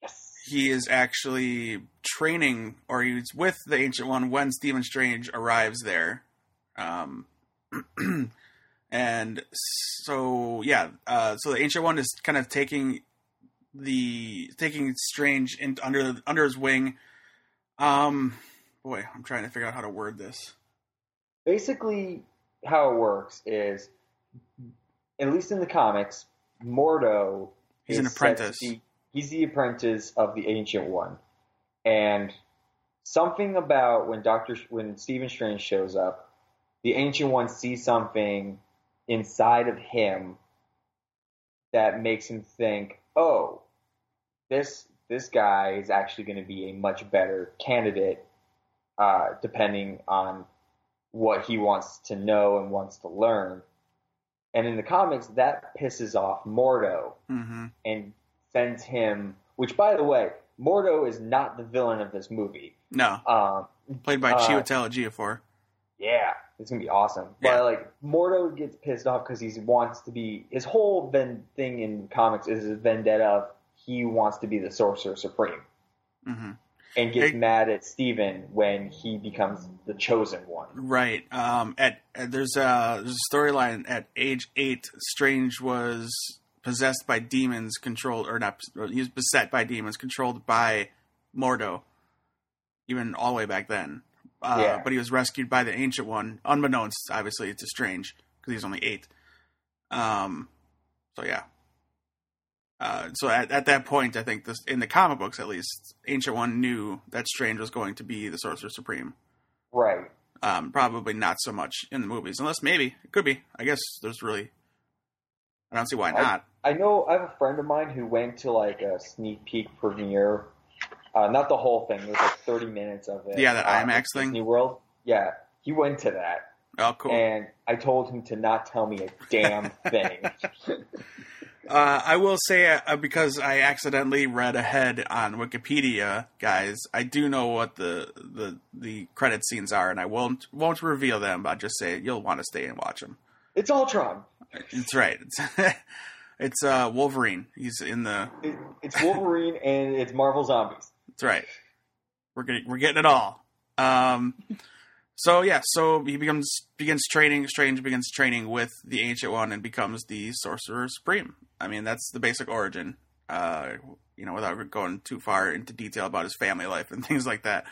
Speaker 2: Yes.
Speaker 1: He is actually training, or he's with the Ancient One when Stephen Strange arrives there um, <clears throat> and so yeah, uh, so the ancient one is kind of taking the taking Strange in, under under his wing. Um, boy, I'm trying to figure out how to word this.
Speaker 2: Basically, how it works is, at least in the comics, Mordo
Speaker 1: he's an apprentice.
Speaker 2: The, he's the apprentice of the ancient one, and something about when Doctor when Stephen Strange shows up, the ancient one sees something inside of him that makes him think, "Oh, this this guy is actually going to be a much better candidate, uh, depending on what he wants to know and wants to learn." And in the comics, that pisses off Mordo
Speaker 1: mm-hmm.
Speaker 2: and sends him. Which, by the way, Mordo is not the villain of this movie.
Speaker 1: No.
Speaker 2: Um,
Speaker 1: Played by uh, Chiwetel Ejiofor.
Speaker 2: Yeah, it's gonna be awesome.
Speaker 1: Yeah.
Speaker 2: But like Mordo gets pissed off because he wants to be his whole ven- thing in comics is his vendetta of he wants to be the Sorcerer Supreme,
Speaker 1: mm-hmm.
Speaker 2: and gets
Speaker 1: Hey.
Speaker 2: mad at Steven when he becomes the Chosen One.
Speaker 1: Right. Um. At, at there's a there's a storyline at age eight. Strange was possessed by demons, uh, controlled or not. He was beset by demons, controlled by Mordo even all the way back then. Uh,
Speaker 2: Yeah.
Speaker 1: But he was rescued by the Ancient One, unbeknownst, obviously, to Strange, because he's only eight. Um, so yeah. Uh, so at, at that point, I think this in the comic books, at least, Ancient One knew that Strange was going to be the Sorcerer Supreme.
Speaker 2: Right.
Speaker 1: Um, probably not so much in the movies, unless maybe it could be. I guess there's really, I don't see why not.
Speaker 2: I know I have a friend of mine who went to like a sneak peek premiere, uh, not the whole thing. It was like 30 minutes of it.
Speaker 1: Yeah, that
Speaker 2: uh,
Speaker 1: IMAX
Speaker 2: at Disney
Speaker 1: thing?
Speaker 2: World. Yeah, he went to that,
Speaker 1: Oh, cool.
Speaker 2: and I told him to not tell me a damn
Speaker 1: <laughs>
Speaker 2: thing.
Speaker 1: Uh, I will say uh, because I accidentally read ahead on Wikipedia, guys. I do know what the the the credit scenes are, and I won't won't reveal them. I'll just say you'll want to stay and watch them.
Speaker 2: it's Ultron.
Speaker 1: It's right. <laughs> It's it's uh, Wolverine. He's in the.
Speaker 2: It, it's Wolverine, and it's Marvel Zombies.
Speaker 1: That's right. We're getting we're getting it all. Um, so yeah, so he becomes begins training. Strange begins training with the Ancient One and becomes the Sorcerer Supreme. I mean, that's the basic origin. Uh, you know, without going too far into detail about his family life and <laughs> things like that.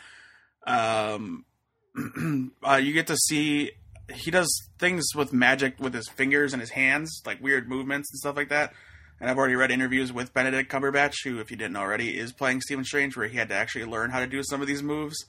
Speaker 1: Um, <clears throat> uh, you get to see he does things with magic with his fingers and his hands, like weird movements and stuff like that. And I've already read interviews with Benedict Cumberbatch, who, if you didn't already, is playing Stephen Strange, where he had to actually learn how to do some of these moves.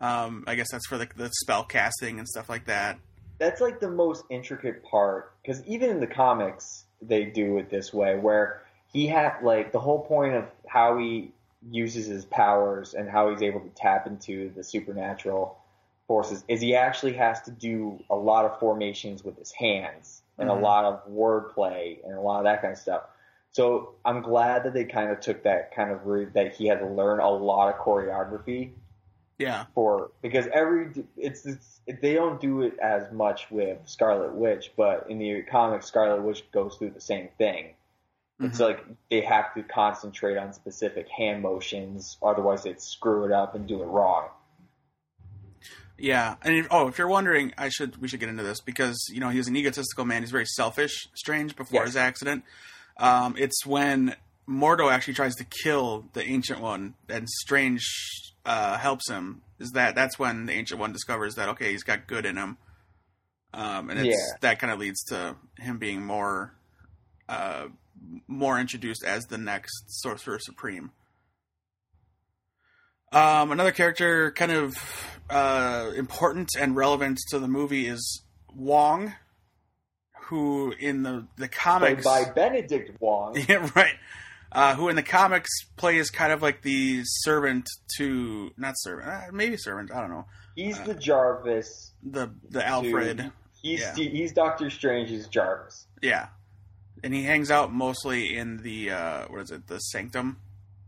Speaker 1: Um, I guess that's for the, the spell casting and stuff like that.
Speaker 2: that's like the most intricate part because even in the comics they do it this way where he had like the whole point of how he uses his powers and how he's able to tap into the supernatural forces is he actually has to do a lot of formations with his hands and
Speaker 1: Mhm.
Speaker 2: a lot of wordplay and a lot of that kind of stuff so i'm glad that they kind of took that kind of route that he had to learn a lot of choreography
Speaker 1: Yeah,
Speaker 2: for because every it's, it's they don't do it as much with Scarlet Witch, but in the comics, Scarlet Witch goes through the same thing. It's
Speaker 1: Mhm.
Speaker 2: like they have to concentrate on specific hand motions, otherwise they'd screw it up and do it wrong.
Speaker 1: yeah. And if, oh, if you're wondering, I should we should get into this because you know he was an egotistical man. He's very selfish, Strange, before
Speaker 2: Yes.
Speaker 1: his accident. Um, it's when Mordo actually tries to kill the Ancient One, and Strange uh, helps him. Is that that's when the Ancient One discovers that okay, he's got good in him, um, and it's,
Speaker 2: Yeah.
Speaker 1: that kind of leads to him being more, uh, more introduced as the next Sorcerer Supreme. Um, another character, kind of uh, important and relevant to the movie, is Wong, who in the the
Speaker 2: Played
Speaker 1: comics <laughs>
Speaker 2: by Benedict Wong,
Speaker 1: yeah, right. Uh, who in the comics plays kind of like the servant to not servant, uh, maybe servant. I don't know
Speaker 2: he's the Jarvis.
Speaker 1: the the Alfred.
Speaker 2: Dude. He's
Speaker 1: Yeah.
Speaker 2: he's Doctor Strange's Jarvis.
Speaker 1: Yeah, and he hangs out mostly in the uh, what is it? The Sanctum,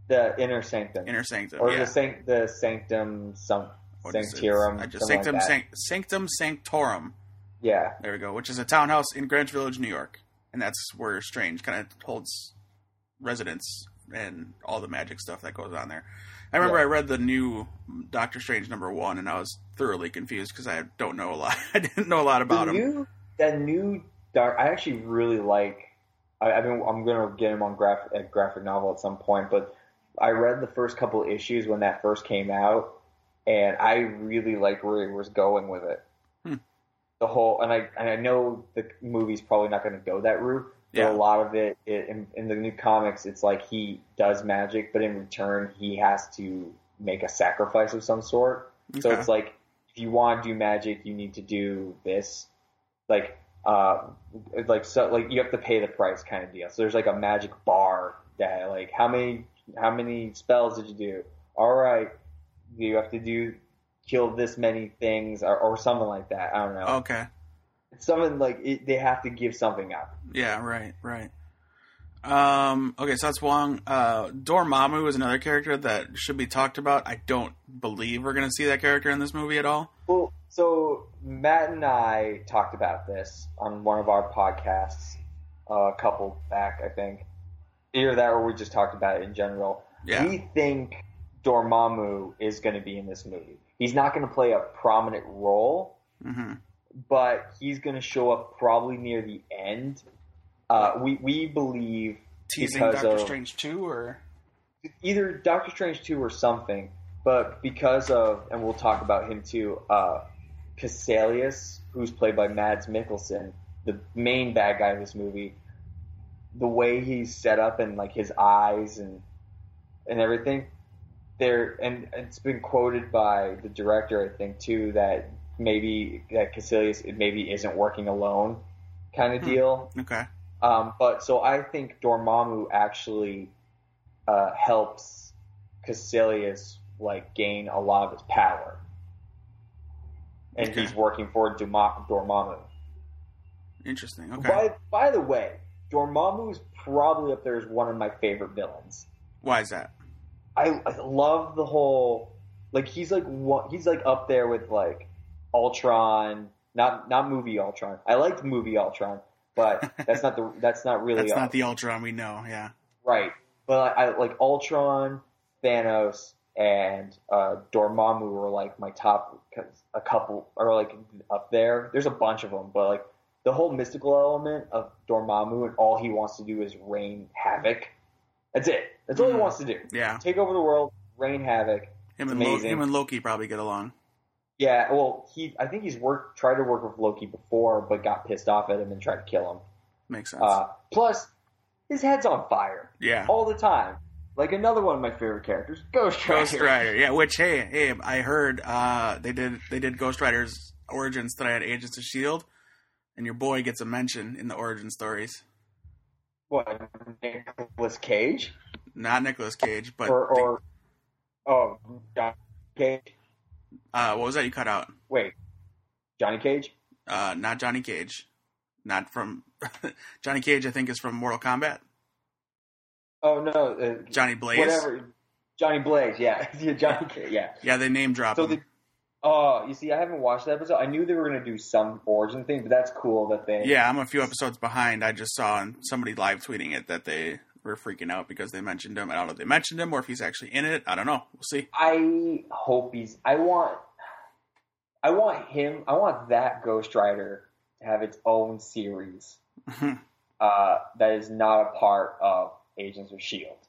Speaker 2: The Inner Sanctum,
Speaker 1: Inner Sanctum.
Speaker 2: or
Speaker 1: yeah.
Speaker 2: the Sanct the Sanctum some
Speaker 1: What is it?
Speaker 2: Sanctirum.
Speaker 1: I just
Speaker 2: something
Speaker 1: Sanctum
Speaker 2: like that.
Speaker 1: Sanct- Sanctum Sanctorum.
Speaker 2: yeah,
Speaker 1: There we go. Which is a townhouse in Greenwich Village, New York, and that's where Strange kind of holds residence and all the magic stuff that goes on there. I remember
Speaker 2: Yeah.
Speaker 1: I read the new Doctor Strange number one, and I was thoroughly confused because I don't know a lot. <laughs> I didn't know a lot about
Speaker 2: the
Speaker 1: him.
Speaker 2: New, that new dark. I actually really like. I, I've been. I'm gonna get him on graph a graphic novel at some point, but I read the first couple issues when that first came out, and I really like where he was going with it.
Speaker 1: Hmm.
Speaker 2: The whole, and I and I know the movie's probably not gonna go that route. But
Speaker 1: Yeah.
Speaker 2: a lot of it, it in, in the new comics, it's like he does magic, but in return, he has to make a sacrifice of some sort. So
Speaker 1: Okay.
Speaker 2: it's like if you want to do magic, you need to do this, like uh, like so like you have to pay the price kind of deal. So there's like a magic bar that like how many how many spells did you do? All right, you have to do kill this many things or, or something like uh, that. I don't know.
Speaker 1: Okay.
Speaker 2: Something like it, they have to give something up.
Speaker 1: Yeah, right, right. Um, okay, so that's Wong. Uh, Dormammu is another character that should be talked about. I don't believe we're going to see that character in this movie at all.
Speaker 2: Well, so Matt and I talked about this on one of our podcasts uh, a couple back, I think. Either that or we just talked about it in general.
Speaker 1: Yeah.
Speaker 2: We think Dormammu is going to be in this movie. He's not going to play a prominent role,
Speaker 1: hmm
Speaker 2: but he's going to show up probably near the end. Uh, we, we believe
Speaker 1: Teasing
Speaker 2: Because
Speaker 1: Doctor
Speaker 2: of-
Speaker 1: Strange 2 or
Speaker 2: either Doctor Strange 2 or something But because of, and we'll talk about him too, uh, Casalius, who's played by Mads Mikkelsen, the main bad guy of this movie, the way he's set up and like his eyes and and everything, there and it's been quoted by the director, I think, too, that maybe that Casilius maybe isn't working alone, kind of
Speaker 1: Hmm.
Speaker 2: deal.
Speaker 1: Okay.
Speaker 2: Um, but so I think Dormammu actually uh, helps Casilius like gain a lot of his power, and
Speaker 1: Okay.
Speaker 2: he's working for Duma- Dormammu.
Speaker 1: Interesting. Okay.
Speaker 2: By by the way, Dormammu is probably up there as one of my favorite villains.
Speaker 1: Why is that?
Speaker 2: I, I love the whole like he's like what he's like up there with like Ultron, not not movie Ultron. I liked movie Ultron,
Speaker 1: <laughs>
Speaker 2: but that's not the that's not really
Speaker 1: That's
Speaker 2: uh,
Speaker 1: not the Ultron we know. Yeah.
Speaker 2: right. But I, I like Ultron, Thanos, and uh, Dormammu were like my top a couple or like up there. There's a bunch of them, but like the whole mystical element of Dormammu and all he wants to do is rain havoc. That's it. That's all he
Speaker 1: Mhm.
Speaker 2: wants to do
Speaker 1: Yeah.
Speaker 2: take over the world, rain havoc.
Speaker 1: Him and, Lo-
Speaker 2: Amazing.
Speaker 1: him and Loki probably get along.
Speaker 2: Yeah, well, he I think he's worked tried to work with Loki before, but got pissed off at him and tried to kill him.
Speaker 1: Makes sense.
Speaker 2: Uh, oh, plus, his head's on fire
Speaker 1: yeah.
Speaker 2: all the time. Like another one of my favorite characters, Ghost Rider.
Speaker 1: Ghost Rider. Yeah. Which hey hey I heard uh they did they did Ghost Rider's origins today at Agents of Shield, E and your boy gets a mention in the origin stories.
Speaker 2: What Nicholas Cage
Speaker 1: Not Nicolas Cage, but
Speaker 2: or, or oh Johnny Cage?
Speaker 1: uh, what was that you cut out?
Speaker 2: Wait, Johnny Cage?
Speaker 1: Uh, not Johnny Cage. Not from <laughs> Johnny Cage. I think is from Mortal Kombat.
Speaker 2: Oh no, uh,
Speaker 1: Johnny Blaze.
Speaker 2: whatever. Johnny Blaze, yeah, <laughs> yeah, Johnny Cage, yeah.
Speaker 1: Yeah, they name drop
Speaker 2: So
Speaker 1: him.
Speaker 2: the oh, you see, I haven't watched that episode. I knew they were gonna do some origin thing, but that's cool that they
Speaker 1: Yeah, I'm a few episodes behind. I just saw somebody live tweeting it that they were freaking out because they mentioned him. I don't know if they mentioned him or if he's actually in it. I don't know. We'll see. <laughs>
Speaker 2: I hope he's. I want. I want him. I want that Ghost Rider to have its own series uh, that is not a part of Agents of Shield. E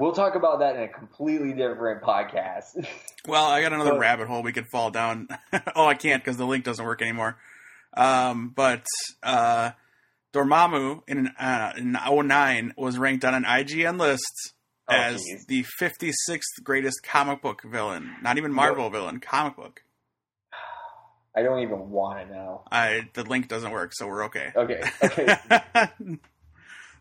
Speaker 2: We'll talk about that in a completely different podcast. <laughs> Oh,
Speaker 1: well, I got another
Speaker 2: Well-
Speaker 1: rabbit hole we could fall down. <laughs> oh, I can't because the link doesn't work anymore. Um, but uh, Dormammu in uh, in 09 was ranked on an IGN list
Speaker 2: Oh,
Speaker 1: as
Speaker 2: geez.
Speaker 1: the 56th greatest comic book villain. Not even Marvel villain, comic book.
Speaker 2: I don't even want to know.
Speaker 1: I the link doesn't work, so we're okay.
Speaker 2: Okay. Okay. It's
Speaker 1: <laughs>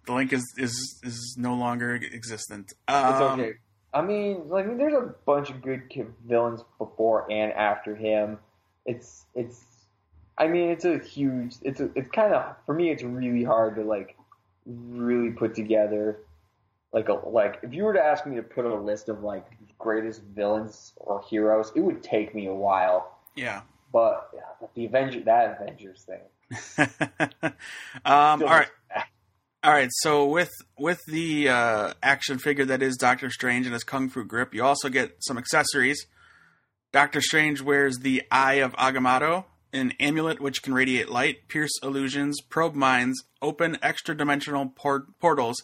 Speaker 1: the link is, is is no longer existent. Um,
Speaker 2: okay. I mean, like, there's a bunch of good ki- villains before and after him. It's it's. I mean, it's a huge. It's a, it's kind of for me. It's really hard to like really put together. Like a like, if you were to ask me to put a list of like greatest villains or heroes, it would take me a while.
Speaker 1: Yeah. <laughs>
Speaker 2: But, yeah, but the Avenger that Avengers thing.
Speaker 1: um, all right. All right. So with with the uh, action figure that is Doctor Strange and his kung fu grip, you also get some accessories. Doctor Strange wears the Eye of Agamotto, an amulet which can radiate light, pierce illusions, probe minds, open extra dimensional por- portals,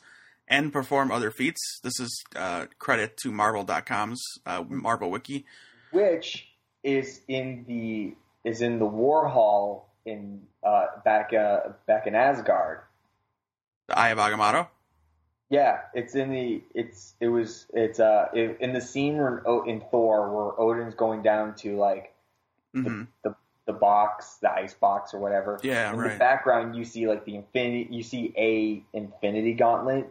Speaker 1: and perform other feats. This is uh, credit to Marvel.com's uh, Marvel Wiki.
Speaker 2: which is in the is in the war hall in uh, back uh, back in Asgard.
Speaker 1: The Eye of Agamotto.
Speaker 2: Yeah, it's in the it's it was it's uh in in the scene where in, O- in Thor where Odin's going down to like
Speaker 1: hmm
Speaker 2: the box, the ice box or whatever.
Speaker 1: Yeah,
Speaker 2: in the
Speaker 1: right.
Speaker 2: background you see like the infinity you see a infinity gauntlet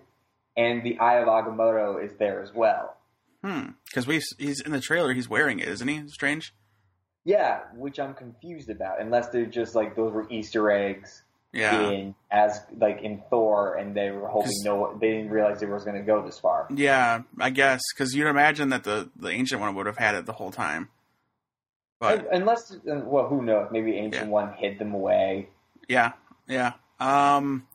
Speaker 2: and the Eye of Agamotto is there as well.
Speaker 1: Hmm. Because we he's in the trailer. He's wearing it, isn't he? Strange.
Speaker 2: Yeah, which I'm confused about unless they're just like those were Easter eggs
Speaker 1: Yeah.
Speaker 2: in as like in Thor, and they were hoping
Speaker 1: 'Cause-
Speaker 2: no, they didn't realize it was going to go this far.
Speaker 1: Yeah, I guess because you'd imagine that the the ancient one would have had it the whole time, but
Speaker 2: Un- Unless, uh, well, who knows? Maybe Ancient
Speaker 1: Yeah.
Speaker 2: One hid them away.
Speaker 1: yeah, yeah. Um,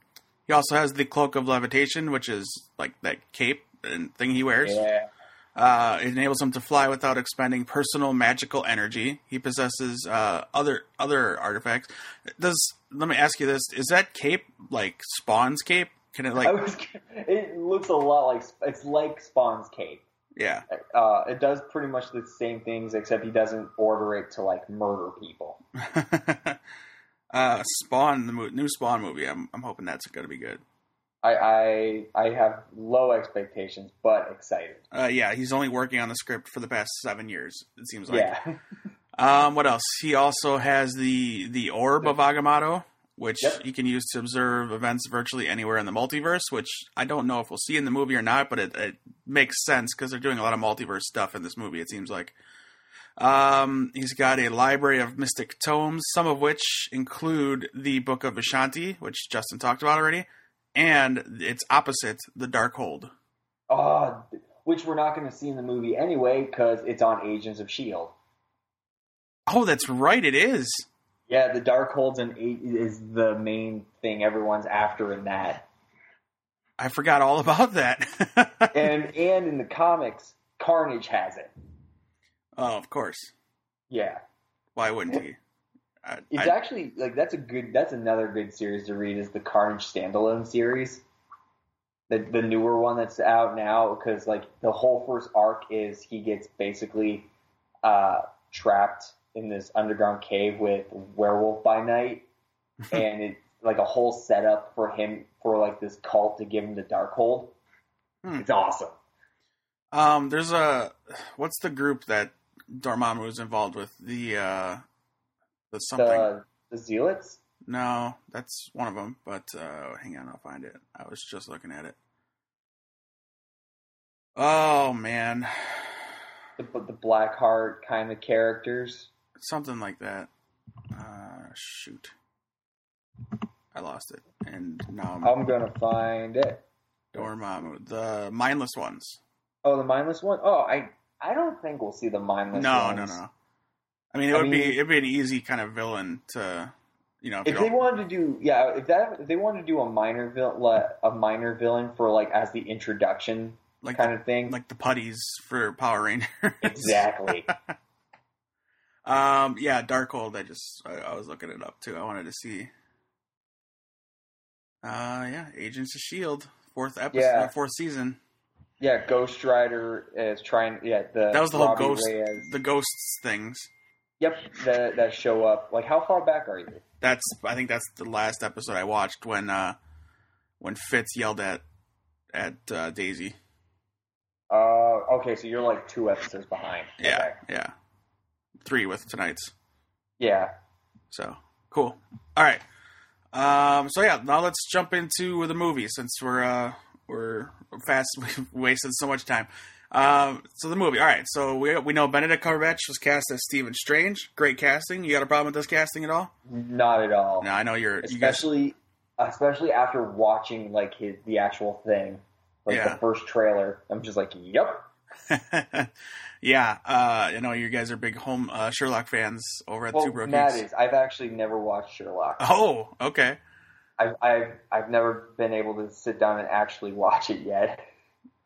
Speaker 1: he also has the cloak of levitation, which is like that cape and thing he wears.
Speaker 2: Yeah,
Speaker 1: Uh, it enables him to fly without expending personal magical energy. He possesses uh, other other artifacts. Does let me ask you this: Is that cape like
Speaker 2: <laughs>
Speaker 1: Spawn's cape? Can it like
Speaker 2: I was. It looks a lot like Sp- it's like Spawn's cape.
Speaker 1: Yeah. <laughs>
Speaker 2: Uh, it does pretty much the same things, except he doesn't order it to like murder people.
Speaker 1: uh, Spawn, the mo- new Spawn movie. I'm I'm hoping that's going to be good.
Speaker 2: I, I I have low expectations, but excited.
Speaker 1: Uh, yeah, he's only working on the script for the past seven years. It seems like.
Speaker 2: yeah, <laughs>
Speaker 1: Um, what else? He also has the the orb of Agamotto, which
Speaker 2: Yep.
Speaker 1: you can use to observe events virtually anywhere in the multiverse. Which I don't know if we'll see in the movie or not, but it, it makes sense because they're doing a lot of multiverse stuff in this movie. It seems like. Um, he's got a library of mystic tomes, some of which include the Book of Vishanti, which Justin talked about already, and its opposite, the Darkhold.
Speaker 2: oh, th- which we're not going to see in the movie anyway because it's on Agents of Shield.
Speaker 1: Oh, that's right, it is.
Speaker 2: Yeah, the Darkhold's an a- is the main thing everyone's after in that,
Speaker 1: I forgot all <laughs> about that.
Speaker 2: and and in the comics, Carnage has it.
Speaker 1: oh, of course.
Speaker 2: Yeah,
Speaker 1: Why wouldn't he? I,
Speaker 2: it's
Speaker 1: I,
Speaker 2: actually like that's a good that's another good series to read is the Carnage standalone series. The, the newer one that's out now because like the whole first arc is he gets basically uh, trapped in this underground cave with werewolf by night
Speaker 1: <laughs>
Speaker 2: and it's like a whole setup for him for like this cult to give him the Darkhold.
Speaker 1: Hmm.
Speaker 2: It's awesome.
Speaker 1: um, there's a what's the group that Dormammu was involved with? The uh, the something.
Speaker 2: The the Zealots.
Speaker 1: No, that's one of them. But uh, hang on, I'll find it. I was just looking at it. Oh man,
Speaker 2: The, the Blackheart kind of characters.
Speaker 1: something like that. Uh, shoot, I lost it, and now I'm
Speaker 2: I'm gonna find it.
Speaker 1: Dormammu, the mindless ones.
Speaker 2: Oh, the mindless one. Oh, I I don't think we'll see the mindless.
Speaker 1: No,
Speaker 2: ones.
Speaker 1: no, no. I mean, it
Speaker 2: I
Speaker 1: would
Speaker 2: mean-
Speaker 1: be it'd be an easy kind of villain to, you know, if,
Speaker 2: If
Speaker 1: you
Speaker 2: they
Speaker 1: don't,
Speaker 2: wanted to do, yeah, if that if they wanted to do a minor villain, a minor villain for like as the introduction
Speaker 1: like
Speaker 2: kind of thing,
Speaker 1: like <laughs> the putties for Power Rangers.
Speaker 2: exactly.
Speaker 1: <laughs> um. Yeah, Darkhold. I just I, I was looking it up too. I wanted to see. Uh yeah, Agents of Shield fourth episode,
Speaker 2: Yeah.
Speaker 1: uh, fourth season.
Speaker 2: yeah, Ghost Rider is trying. Yeah, the
Speaker 1: That was the whole
Speaker 2: Uh, Robbie
Speaker 1: ghost-
Speaker 2: Reyes-
Speaker 1: The ghosts things.
Speaker 2: yep, that that show up. Like, how far back are you?
Speaker 1: That's I think that's the last episode I watched when uh when Fitz yelled at at uh, Daisy.
Speaker 2: Uh, okay, so you're like two episodes behind.
Speaker 1: Yeah,
Speaker 2: Okay.
Speaker 1: yeah, three with tonight's.
Speaker 2: Yeah.
Speaker 1: So cool. All right. Um, so yeah, now let's jump into the movie since we're uh, we're fast. <laughs> We've wasted so much time. Um, so the movie. All right. So we we know Benedict Cumberbatch was cast as Stephen Strange. Great casting. You got a problem with this casting at all?
Speaker 2: Not at all.
Speaker 1: No, I know you're. You guys,
Speaker 2: especially especially after watching like his the actual thing, like
Speaker 1: Yeah.
Speaker 2: the first trailer. I'm just like, yep,
Speaker 1: <laughs> yeah. Uh, I know you guys are big home uh, Sherlock fans over at
Speaker 2: well,
Speaker 1: Two Broke
Speaker 2: that
Speaker 1: Geeks.
Speaker 2: is. I've actually never watched Sherlock.
Speaker 1: Oh, okay.
Speaker 2: I've, I've I've never been able to sit down and actually <laughs> watch it yet.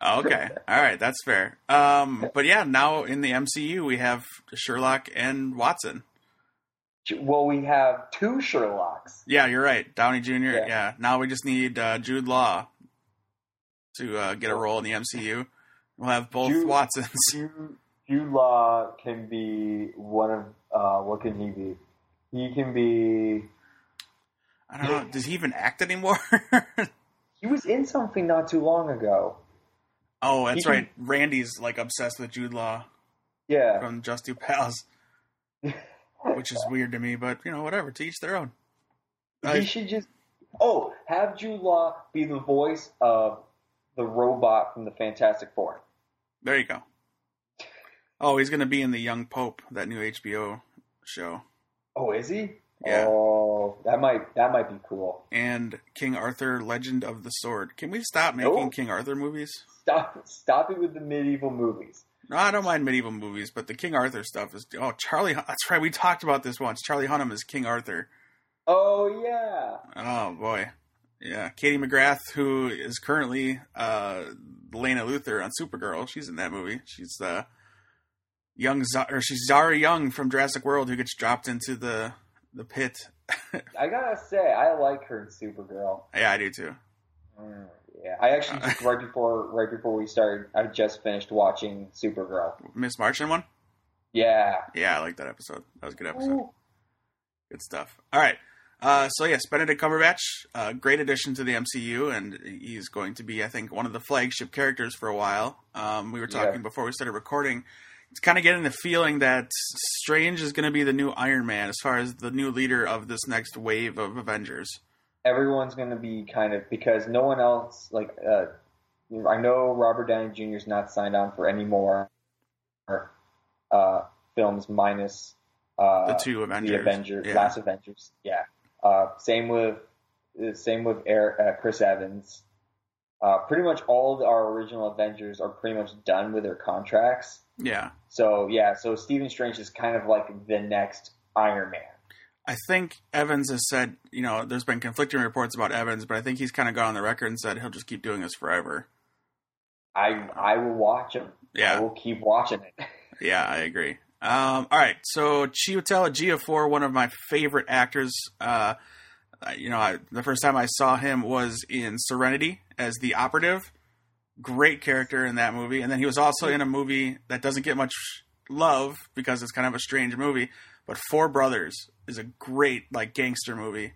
Speaker 1: Okay. All right. That's fair. Um, but yeah, now in the MCU we have Sherlock and Watson.
Speaker 2: Well, we have two Sherlocks.
Speaker 1: Yeah, you're right. Downey Jr. Yeah.
Speaker 2: Yeah.
Speaker 1: Now we just need uh, Jude Law to uh, get a role in the MCU. We'll have both
Speaker 2: Jude-
Speaker 1: Watsons. <laughs>
Speaker 2: Jude, Jude Law can be one of uh, what can he be? He can be.
Speaker 1: I don't
Speaker 2: <laughs>
Speaker 1: know. Does he even act anymore? <laughs>
Speaker 2: He was in something not too long ago.
Speaker 1: oh, that's
Speaker 2: He can-
Speaker 1: right. Randy's like obsessed with Jude Law
Speaker 2: Yeah,
Speaker 1: from Just Do
Speaker 2: <laughs>
Speaker 1: Pals, which is weird to me, but you know, whatever. To each their own.
Speaker 2: He
Speaker 1: I,
Speaker 2: should just oh have Jude Law be the voice of the robot from the Fantastic Four.
Speaker 1: there you go. Oh, he's going to be in the Young Pope, that new HBO show,
Speaker 2: Oh, is he?
Speaker 1: Yeah.
Speaker 2: Oh, that might that might be cool.
Speaker 1: and King Arthur: Legend of the Sword. Can we stop making
Speaker 2: Nope.
Speaker 1: King Arthur movies?
Speaker 2: Stop stop it with the medieval movies.
Speaker 1: No, I don't mind medieval movies, but the King Arthur stuff is. Oh, Charlie. Hun- That's right. We talked about this once. Charlie Hunnam is King Arthur.
Speaker 2: Oh yeah,
Speaker 1: Oh, boy. Yeah. Katie McGrath, who is currently uh, Lena Luthor on Supergirl, she's in that movie. She's uh, young, Z- or she's Zara Young from Jurassic World, who gets dropped into the the pit.
Speaker 2: I gotta say I like her in Supergirl.
Speaker 1: Yeah, I do too.
Speaker 2: Mm, Yeah, I
Speaker 1: <laughs>
Speaker 2: actually just right before right before we started, I just finished watching Supergirl.
Speaker 1: Miss Martian one?
Speaker 2: Yeah,
Speaker 1: Yeah, I like that episode. That was a good episode. Good stuff. All right. Uh, so yes, Benedict Cumberbatch, uh, great addition to the MCU, and he's going to be, I think, one of the flagship characters for a while. Um, we were
Speaker 2: Yeah.
Speaker 1: talking before we started recording. It's kind of getting the feeling that Strange is going to be the new Iron Man, as far as the new leader of this next wave of Avengers.
Speaker 2: everyone's going to be kind of because no one else like uh, I know Robert Downey Jr. is not signed on for any more uh, films minus uh,
Speaker 1: The two Avengers.
Speaker 2: the Avengers,
Speaker 1: Yeah.
Speaker 2: Last Avengers. Yeah. Uh, same with uh, same with Eric, uh, Chris Evans. Uh, pretty much all of our original Avengers are pretty much done with their contracts.
Speaker 1: yeah.
Speaker 2: So yeah, so Stephen Strange is kind of like the next Iron Man.
Speaker 1: I think Evans has said, you know, there's been conflicting reports about Evans, but I think he's kind of gone on the record and said he'll just keep doing this forever.
Speaker 2: I I will watch him. I
Speaker 1: Yeah,
Speaker 2: will keep watching it.
Speaker 1: yeah, I agragree. Um, all right, so Chiwetel Ejiofor, one of my favorite actors. Uh, I- you know, I, the first time I saw him was in Serenity as the operative. Great character in that movie, and then he was also in a movie that doesn't get much love because it's kind of a strange movie. But Four Brothers is a great like gangster movie.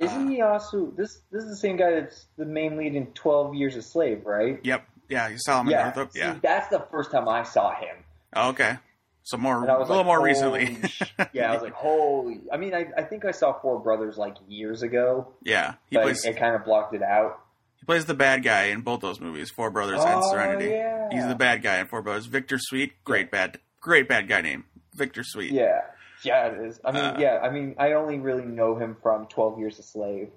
Speaker 2: Isn't
Speaker 1: Uh,
Speaker 2: he also this? This is the same guy that's the main lead in Twelve Years a Slave, right?
Speaker 1: Yep. Yeah, you saw him in Northrop.
Speaker 2: See,
Speaker 1: Yeah. Oh,
Speaker 2: that's the first time I saw him.
Speaker 1: Okay. So more, a
Speaker 2: And I
Speaker 1: little
Speaker 2: was like,
Speaker 1: more
Speaker 2: "Holy
Speaker 1: recently. <laughs>
Speaker 2: sh-" yeah, I was like, holy. I mean, I, I think I saw Four Brothers like years ago,
Speaker 1: yeah, he
Speaker 2: but
Speaker 1: plays
Speaker 2: it kind of blocked it out.
Speaker 1: he plays the bad guy in both those movies, Four Brothers and
Speaker 2: oh,
Speaker 1: Serenity.
Speaker 2: Yeah.
Speaker 1: He's the bad guy in Four Brothers. Victor Sweet, great bad, great bad guy name, Victor Sweet.
Speaker 2: Yeah. Yeah, it is. I mean,
Speaker 1: Uh,
Speaker 2: yeah, I mean, I only really know him from Twelve Years a Slave.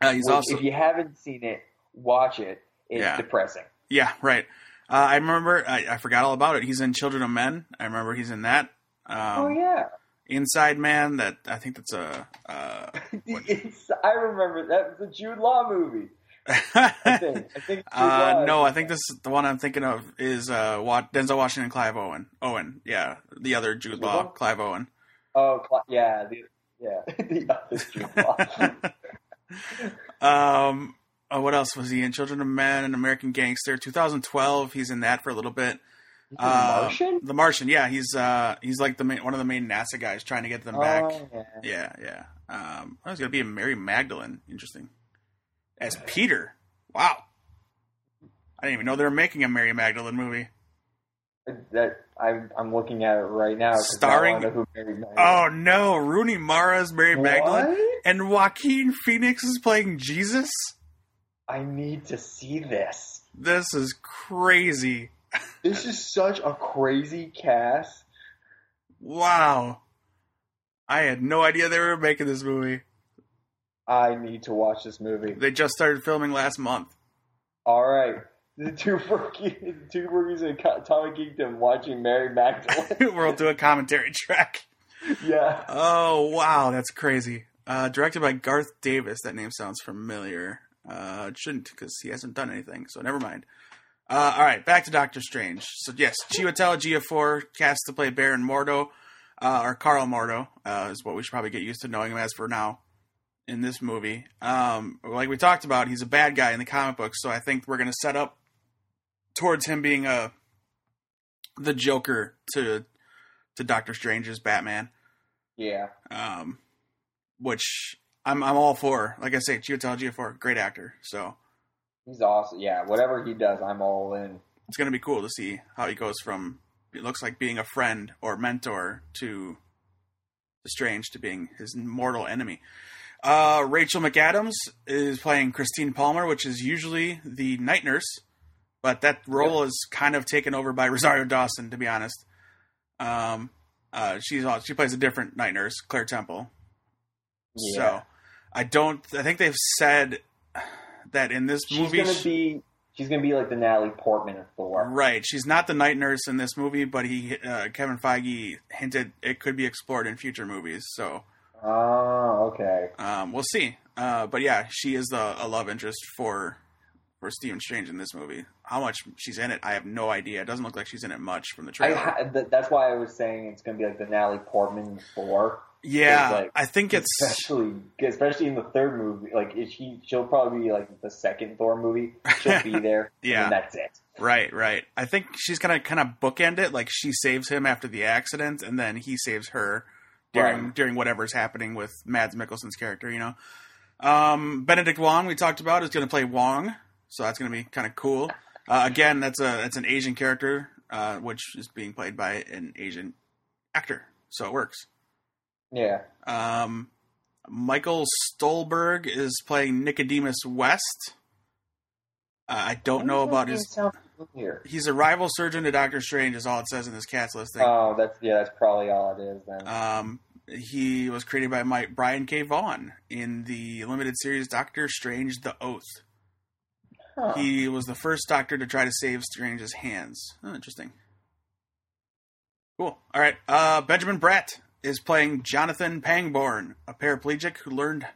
Speaker 1: Uh, he's
Speaker 2: which,
Speaker 1: also
Speaker 2: if you haven't seen it, watch it. It's
Speaker 1: Yeah.
Speaker 2: depressing.
Speaker 1: yeah, right. Uh, I remember I, I forgot all about it. He's in Children of Men. I remember he's in that. Um,
Speaker 2: oh yeah.
Speaker 1: Inside Man. That I think that's a. Uh,
Speaker 2: <laughs> The ins- I remember that was the Jude Law movie. I think. I think it's Jude
Speaker 1: <laughs> Uh,
Speaker 2: Law.
Speaker 1: no, I think this the one I'm thinking of is uh, Wa- Denzel Washington, Clive Owen. Owen, yeah, the other Jude
Speaker 2: Jude
Speaker 1: Law,
Speaker 2: Law?
Speaker 1: Clive Owen.
Speaker 2: Oh, Cla- yeah, the, yeah, <laughs> the other
Speaker 1: <laughs>
Speaker 2: Jude Law.
Speaker 1: um, oh, what else was he in? Children of Men and American Gangster, 2012. He's in that for a little bit.
Speaker 2: The
Speaker 1: Uh,
Speaker 2: Martian?
Speaker 1: The Martian, yeah, he's uh, he's like the main, one of the main NASA guys trying to get them back.
Speaker 2: Oh, yeah.
Speaker 1: Yeah, yeah. Um, I was gonna be in Mary Magdalene. Interesting. As Peter. Wow. I didn't even know they were making a Mary Magdalene movie.
Speaker 2: That I'm I'm looking at it right now. 'cause now
Speaker 1: Starring-
Speaker 2: I know who Mary Magdalene-
Speaker 1: Oh no, Rooney Mara's Mary Magdalene,
Speaker 2: What?
Speaker 1: and Joaquin Phoenix is playing Jesus.
Speaker 2: I need to see this.
Speaker 1: This is crazy.
Speaker 2: This is such a crazy cast.
Speaker 1: Wow, I had no idea they were making this movie.
Speaker 2: I need to watch this movie.
Speaker 1: They just started filming last month. <laughs>
Speaker 2: All right, the two <laughs> rookies, the two rookies in Atomic Geekdom watching Mary Magdalene.
Speaker 1: we'll do a commentary track.
Speaker 2: <laughs>
Speaker 1: <laughs>
Speaker 2: yeah.
Speaker 1: Oh wow, that's crazy. Uh, directed by Garth Davis. That name sounds familiar. Uh, it shouldn't because he hasn't done anything, so never mind. Uh, all right, back to Doctor Strange. So yes, Chiwetel Ejiofor cast to play Baron Mordo, uh, or Carl Mordo uh, is what we should probably get used to knowing him as for now in this movie. Um, like we talked about, he's a bad guy in the comic books, so I think we're going to set up towards him being a the Joker to to Doctor Strange's Batman
Speaker 2: Yeah.
Speaker 1: um, which I'm I'm all for. Like I say, Chiwetel Ejiofor, great actor, so
Speaker 2: He's awesome. Yeah, whatever he does, I'm all in.
Speaker 1: it's gonna be cool to see how he goes from it looks like being a friend or mentor to to Strange to being his mortal enemy. Uh, Rachel McAdams is playing Christine Palmer, which is usually the night nurse, but that role is kind of taken over by <laughs> Rosario Dawson, to be honest. Um, uh, she's on- she plays a different night nurse, Claire Temple,
Speaker 2: Yeah.
Speaker 1: So I don't. I think they've said that in this
Speaker 2: she's
Speaker 1: movie.
Speaker 2: gonna be she's gonna be like the Natalie Portman of Thor.
Speaker 1: Right, she's not the night nurse in this movie, but he uh, Kevin Feige hinted it could be explored in future movies. So
Speaker 2: Oh, okay.
Speaker 1: um, we'll see. Uh, but yeah, she is the a love interest for for Stephen Strange in this movie. How much she's in it, I have no idea. It doesn't look like she's in it much from the
Speaker 2: I,
Speaker 1: trailer.
Speaker 2: ha- th- that's why I was saying it's going to be like the Natalie Portman four.
Speaker 1: yeah,
Speaker 2: like-
Speaker 1: I think it's
Speaker 2: especially especially in the third movie. Like if she, she'll probably be like the second Thor movie.
Speaker 1: <laughs>
Speaker 2: She'll be there.
Speaker 1: Yeah.
Speaker 2: and then that's it.
Speaker 1: right, right. I think she's gonna kind of bookend it. Like she saves him after the accident, and then he saves her during
Speaker 2: Right.
Speaker 1: during whatever's happening with Mads Mikkelsen's character. You know, um, Benedict Wong we talked about is gonna play Wong, so that's gonna be kind of cool. Uh, again, that's a that's an Asian character, uh, which is being played by an Asian actor, so it works.
Speaker 2: Yeah,
Speaker 1: Um, Michael Stolberg is playing Nicodemus West. Uh, I don't know about his.
Speaker 2: here.
Speaker 1: He's a rival surgeon to Doctor Strange, is all it says in this cast listing.
Speaker 2: Oh, that's yeah. That's probably all it is then.
Speaker 1: Um, he was created by Mike, Brian K. Vaughan in the limited series Doctor Strange: The Oath.
Speaker 2: Huh.
Speaker 1: He was the first doctor to try to save Strange's hands. Oh, interesting. Cool. All right. Uh, Benjamin Bratt is playing Jonathan Pangborn, a paraplegic who learned.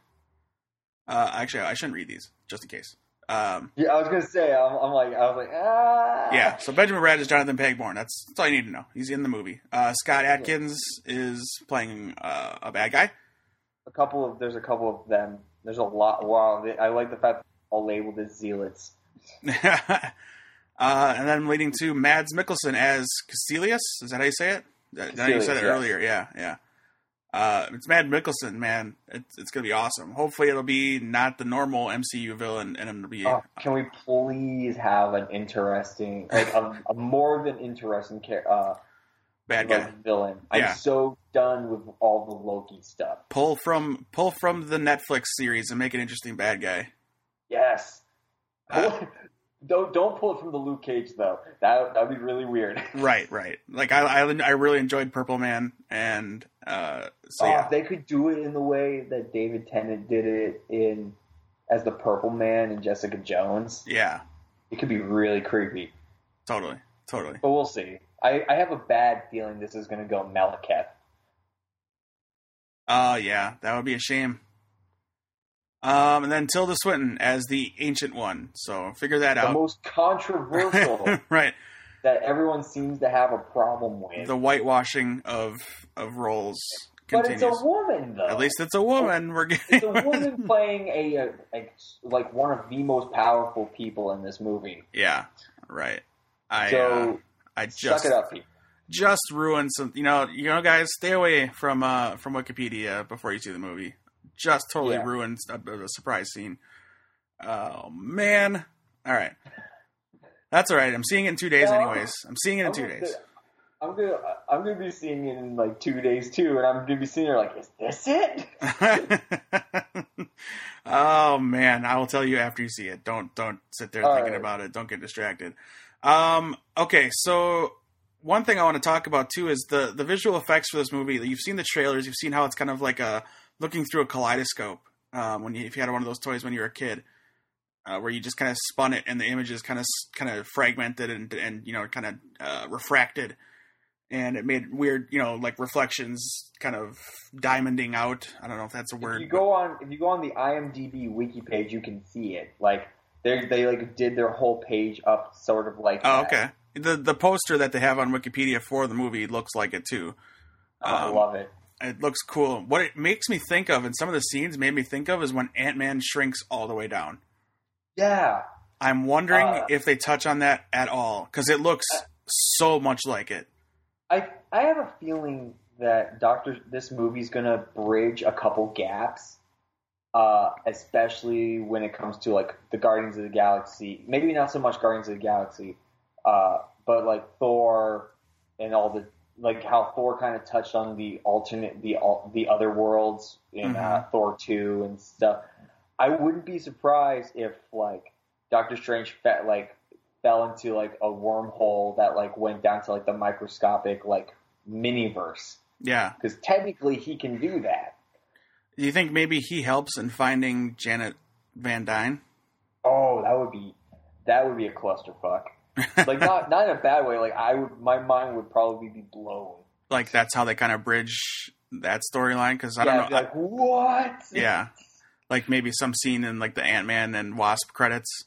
Speaker 1: Uh, actually, I shouldn't read these just in case. Um,
Speaker 2: yeah, I was gonna say. I'm, I'm like, I was like, ah.
Speaker 1: yeah. So Benjamin Bratt is Jonathan Pangborn. That's, that's all you need to know. He's in the movie. Uh, Scott Atkins is playing uh, a bad guy. <laughs>
Speaker 2: A couple of there's a couple of them. There's a lot. Wow, they, I like the fact that they're all labeled as zealots.
Speaker 1: uh, and then leading to Mads Mikkelsen as Caecilius. Is that how you say it? That, that how you said
Speaker 2: Caecilius,
Speaker 1: it
Speaker 2: yeah.
Speaker 1: earlier. Yeah, yeah. Uh, it's Mad Mickelson, man. It's, it's gonna be awesome. Hopefully, it'll be not the normal MCU villain, and it'll be
Speaker 2: Oh, can we please have an interesting, like a, a more than interesting char- uh,
Speaker 1: bad guy.
Speaker 2: like, villain?
Speaker 1: Yeah.
Speaker 2: I'm so done with all the Loki stuff.
Speaker 1: Pull from pull from the Netflix series and make an interesting bad guy.
Speaker 2: Yes.
Speaker 1: Uh,
Speaker 2: <laughs> don't don't pull it from the Luke Cage though. That that'd be really weird.
Speaker 1: Right, right. Like I, I, I really enjoyed Purple Man, and uh, so
Speaker 2: Oh,
Speaker 1: yeah.
Speaker 2: if they could do it in the way that David Tennant did it in as the Purple Man and Jessica Jones,
Speaker 1: yeah,
Speaker 2: it could be really creepy.
Speaker 1: totally, totally.
Speaker 2: But we'll see. I, I have a bad feeling this is going to go Malekith.
Speaker 1: Oh, yeah, that would be a shame. Um, and then Tilda Swinton as the Ancient One. So figure that
Speaker 2: The
Speaker 1: out. <laughs>
Speaker 2: most controversial
Speaker 1: right.
Speaker 2: that everyone seems to have a problem with.
Speaker 1: The whitewashing of of roles
Speaker 2: but it's
Speaker 1: continues.
Speaker 2: a woman though.
Speaker 1: At least it's a woman. We're getting.
Speaker 2: it's a woman playing a, a, a like one of the most powerful people in this movie.
Speaker 1: <laughs> yeah, right. I uh,
Speaker 2: So
Speaker 1: I
Speaker 2: suck
Speaker 1: just
Speaker 2: it up, people.
Speaker 1: just ruined some. You know, you know, guys, stay away from uh from Wikipedia before you see the movie. Just totally
Speaker 2: Yeah.
Speaker 1: ruined a, a surprise scene. Oh man! All right, that's all right. I'm seeing it in two days,
Speaker 2: No.
Speaker 1: anyways. I'm seeing it in
Speaker 2: I'm
Speaker 1: two
Speaker 2: gonna-
Speaker 1: days.
Speaker 2: I'm gonna I'm gonna be seeing it in like two days too, and I'm gonna be seeing her like, is this it?
Speaker 1: <laughs> oh man, I will tell you after you see it. Don't don't sit there
Speaker 2: All
Speaker 1: thinking
Speaker 2: right.
Speaker 1: about it. Don't get distracted. Um, okay, so one thing I want to talk about too is the the visual effects for this movie. You've seen the trailers. You've seen how it's kind of like a looking through a kaleidoscope. Um, when you if you had one of those toys when you were a kid, uh, where you just kind of spun it and the images kind of kind of fragmented and and you know kind of uh, refracted, and it made weird you know like reflections kind of diamonding out. I don't know if that's a word.
Speaker 2: If you go on if you go on the IMDb wiki page, you can see it. Like they they like did their whole page up, sort of like.
Speaker 1: Oh,
Speaker 2: that.
Speaker 1: okay. The the poster that they have on Wikipedia for the movie looks like it too.
Speaker 2: Oh, I
Speaker 1: Um,
Speaker 2: love it.
Speaker 1: It looks cool. What it makes me think of, and some of the scenes made me think of, is when Ant Man shrinks all the way down.
Speaker 2: Yeah,
Speaker 1: I'm wondering
Speaker 2: Uh.
Speaker 1: if they touch on that at all because it looks so much like it.
Speaker 2: I I have a feeling that Doctor this movie's gonna bridge a couple gaps, uh, especially when it comes to like the Guardians of the Galaxy. Maybe not so much Guardians of the Galaxy, uh, but like Thor and all the like how Thor kind of touched on the alternate the al- the other worlds in uh, Thor two and stuff. I wouldn't be surprised if like Doctor Strange felt like fell into like a wormhole that like went down to like the microscopic like miniverse
Speaker 1: Yeah.
Speaker 2: because technically he can do that.
Speaker 1: Do you think maybe he helps in finding Janet Van Dyne?
Speaker 2: Oh, that would be that would be a clusterfuck.
Speaker 1: <laughs>
Speaker 2: Like not not in a bad way. Like I would my mind would probably be blown.
Speaker 1: Like that's how they kind of bridge that storyline because I
Speaker 2: yeah,
Speaker 1: don't
Speaker 2: I'd be
Speaker 1: know.
Speaker 2: like what?
Speaker 1: yeah. Like maybe some scene in like the Ant Man and Wasp credits.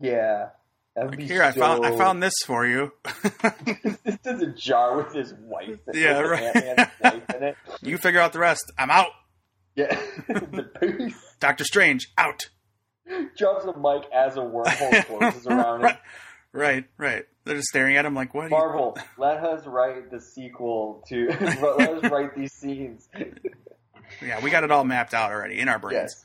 Speaker 2: Yeah. That'd
Speaker 1: Like,
Speaker 2: be
Speaker 1: here, I found I
Speaker 2: so- <laughs>
Speaker 1: found this for you.
Speaker 2: this is a jar with his wife. In
Speaker 1: Yeah,
Speaker 2: it, with
Speaker 1: right.
Speaker 2: Ant-Man's wife
Speaker 1: <laughs>
Speaker 2: in it.
Speaker 1: you figure out the rest. I'm out.
Speaker 2: Yeah, <laughs> the priest
Speaker 1: Doctor Strange
Speaker 2: <laughs>
Speaker 1: out.
Speaker 2: drops the mic as a wormhole
Speaker 1: <laughs>
Speaker 2: closes around him.
Speaker 1: right, right, right. They're just staring at him like, "What?" are you- <laughs>
Speaker 2: Marvel, let us write the sequel to. <laughs> let us write these scenes.
Speaker 1: Yeah, we got it all mapped out already in our brains.
Speaker 2: Yes.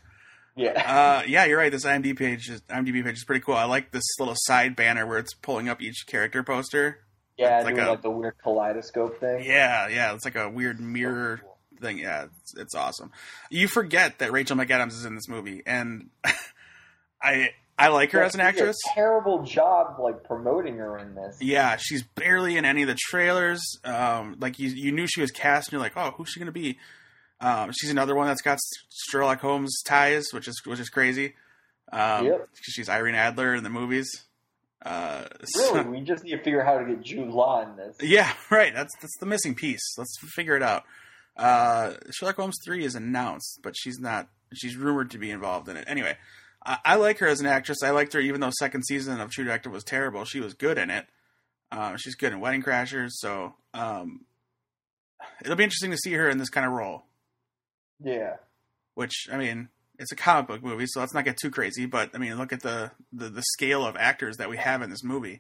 Speaker 2: Yeah.
Speaker 1: Uh, yeah, you're right. This IMDb page, is, IMDb page is pretty cool. I like this little side banner where it's pulling up each character poster.
Speaker 2: yeah,
Speaker 1: it's like
Speaker 2: doing
Speaker 1: a-
Speaker 2: like the weird kaleidoscope thing.
Speaker 1: Yeah, yeah, it's like a weird mirror thing. Yeah, it's, it's awesome. You forget that Rachel McAdams is in this movie, and <laughs> I I like her
Speaker 2: Yeah,
Speaker 1: as an
Speaker 2: she did a
Speaker 1: actress.
Speaker 2: terrible job like promoting her in this.
Speaker 1: Yeah, she's barely in any of the trailers. Um, like you, you knew she was cast, and you're like, oh, who's she gonna be? Um, she's another one that's got S- Sherlock Holmes ties, which is which is crazy. Um,
Speaker 2: Yep.
Speaker 1: 'cause She's Irene Adler in the movies. Uh, so- <laughs>
Speaker 2: Really, we just need to figure out how to get Jude Law in this.
Speaker 1: yeah, <laughs> right. That's that's the missing piece. Let's figure it out. Uh, Sherlock Holmes three is announced, but she's not. She's rumored to be involved in it. Anyway, I, I like her as an actress. I liked her even though second season of True Detective was terrible. She was good in it. Uh, she's good in Wedding Crashers. So um, it'll be interesting to see her in this kind of role.
Speaker 2: Yeah.
Speaker 1: Which I mean, it's a comic book movie, so let's not get too crazy. But I mean, look at the the, the scale of actors that we have in this movie.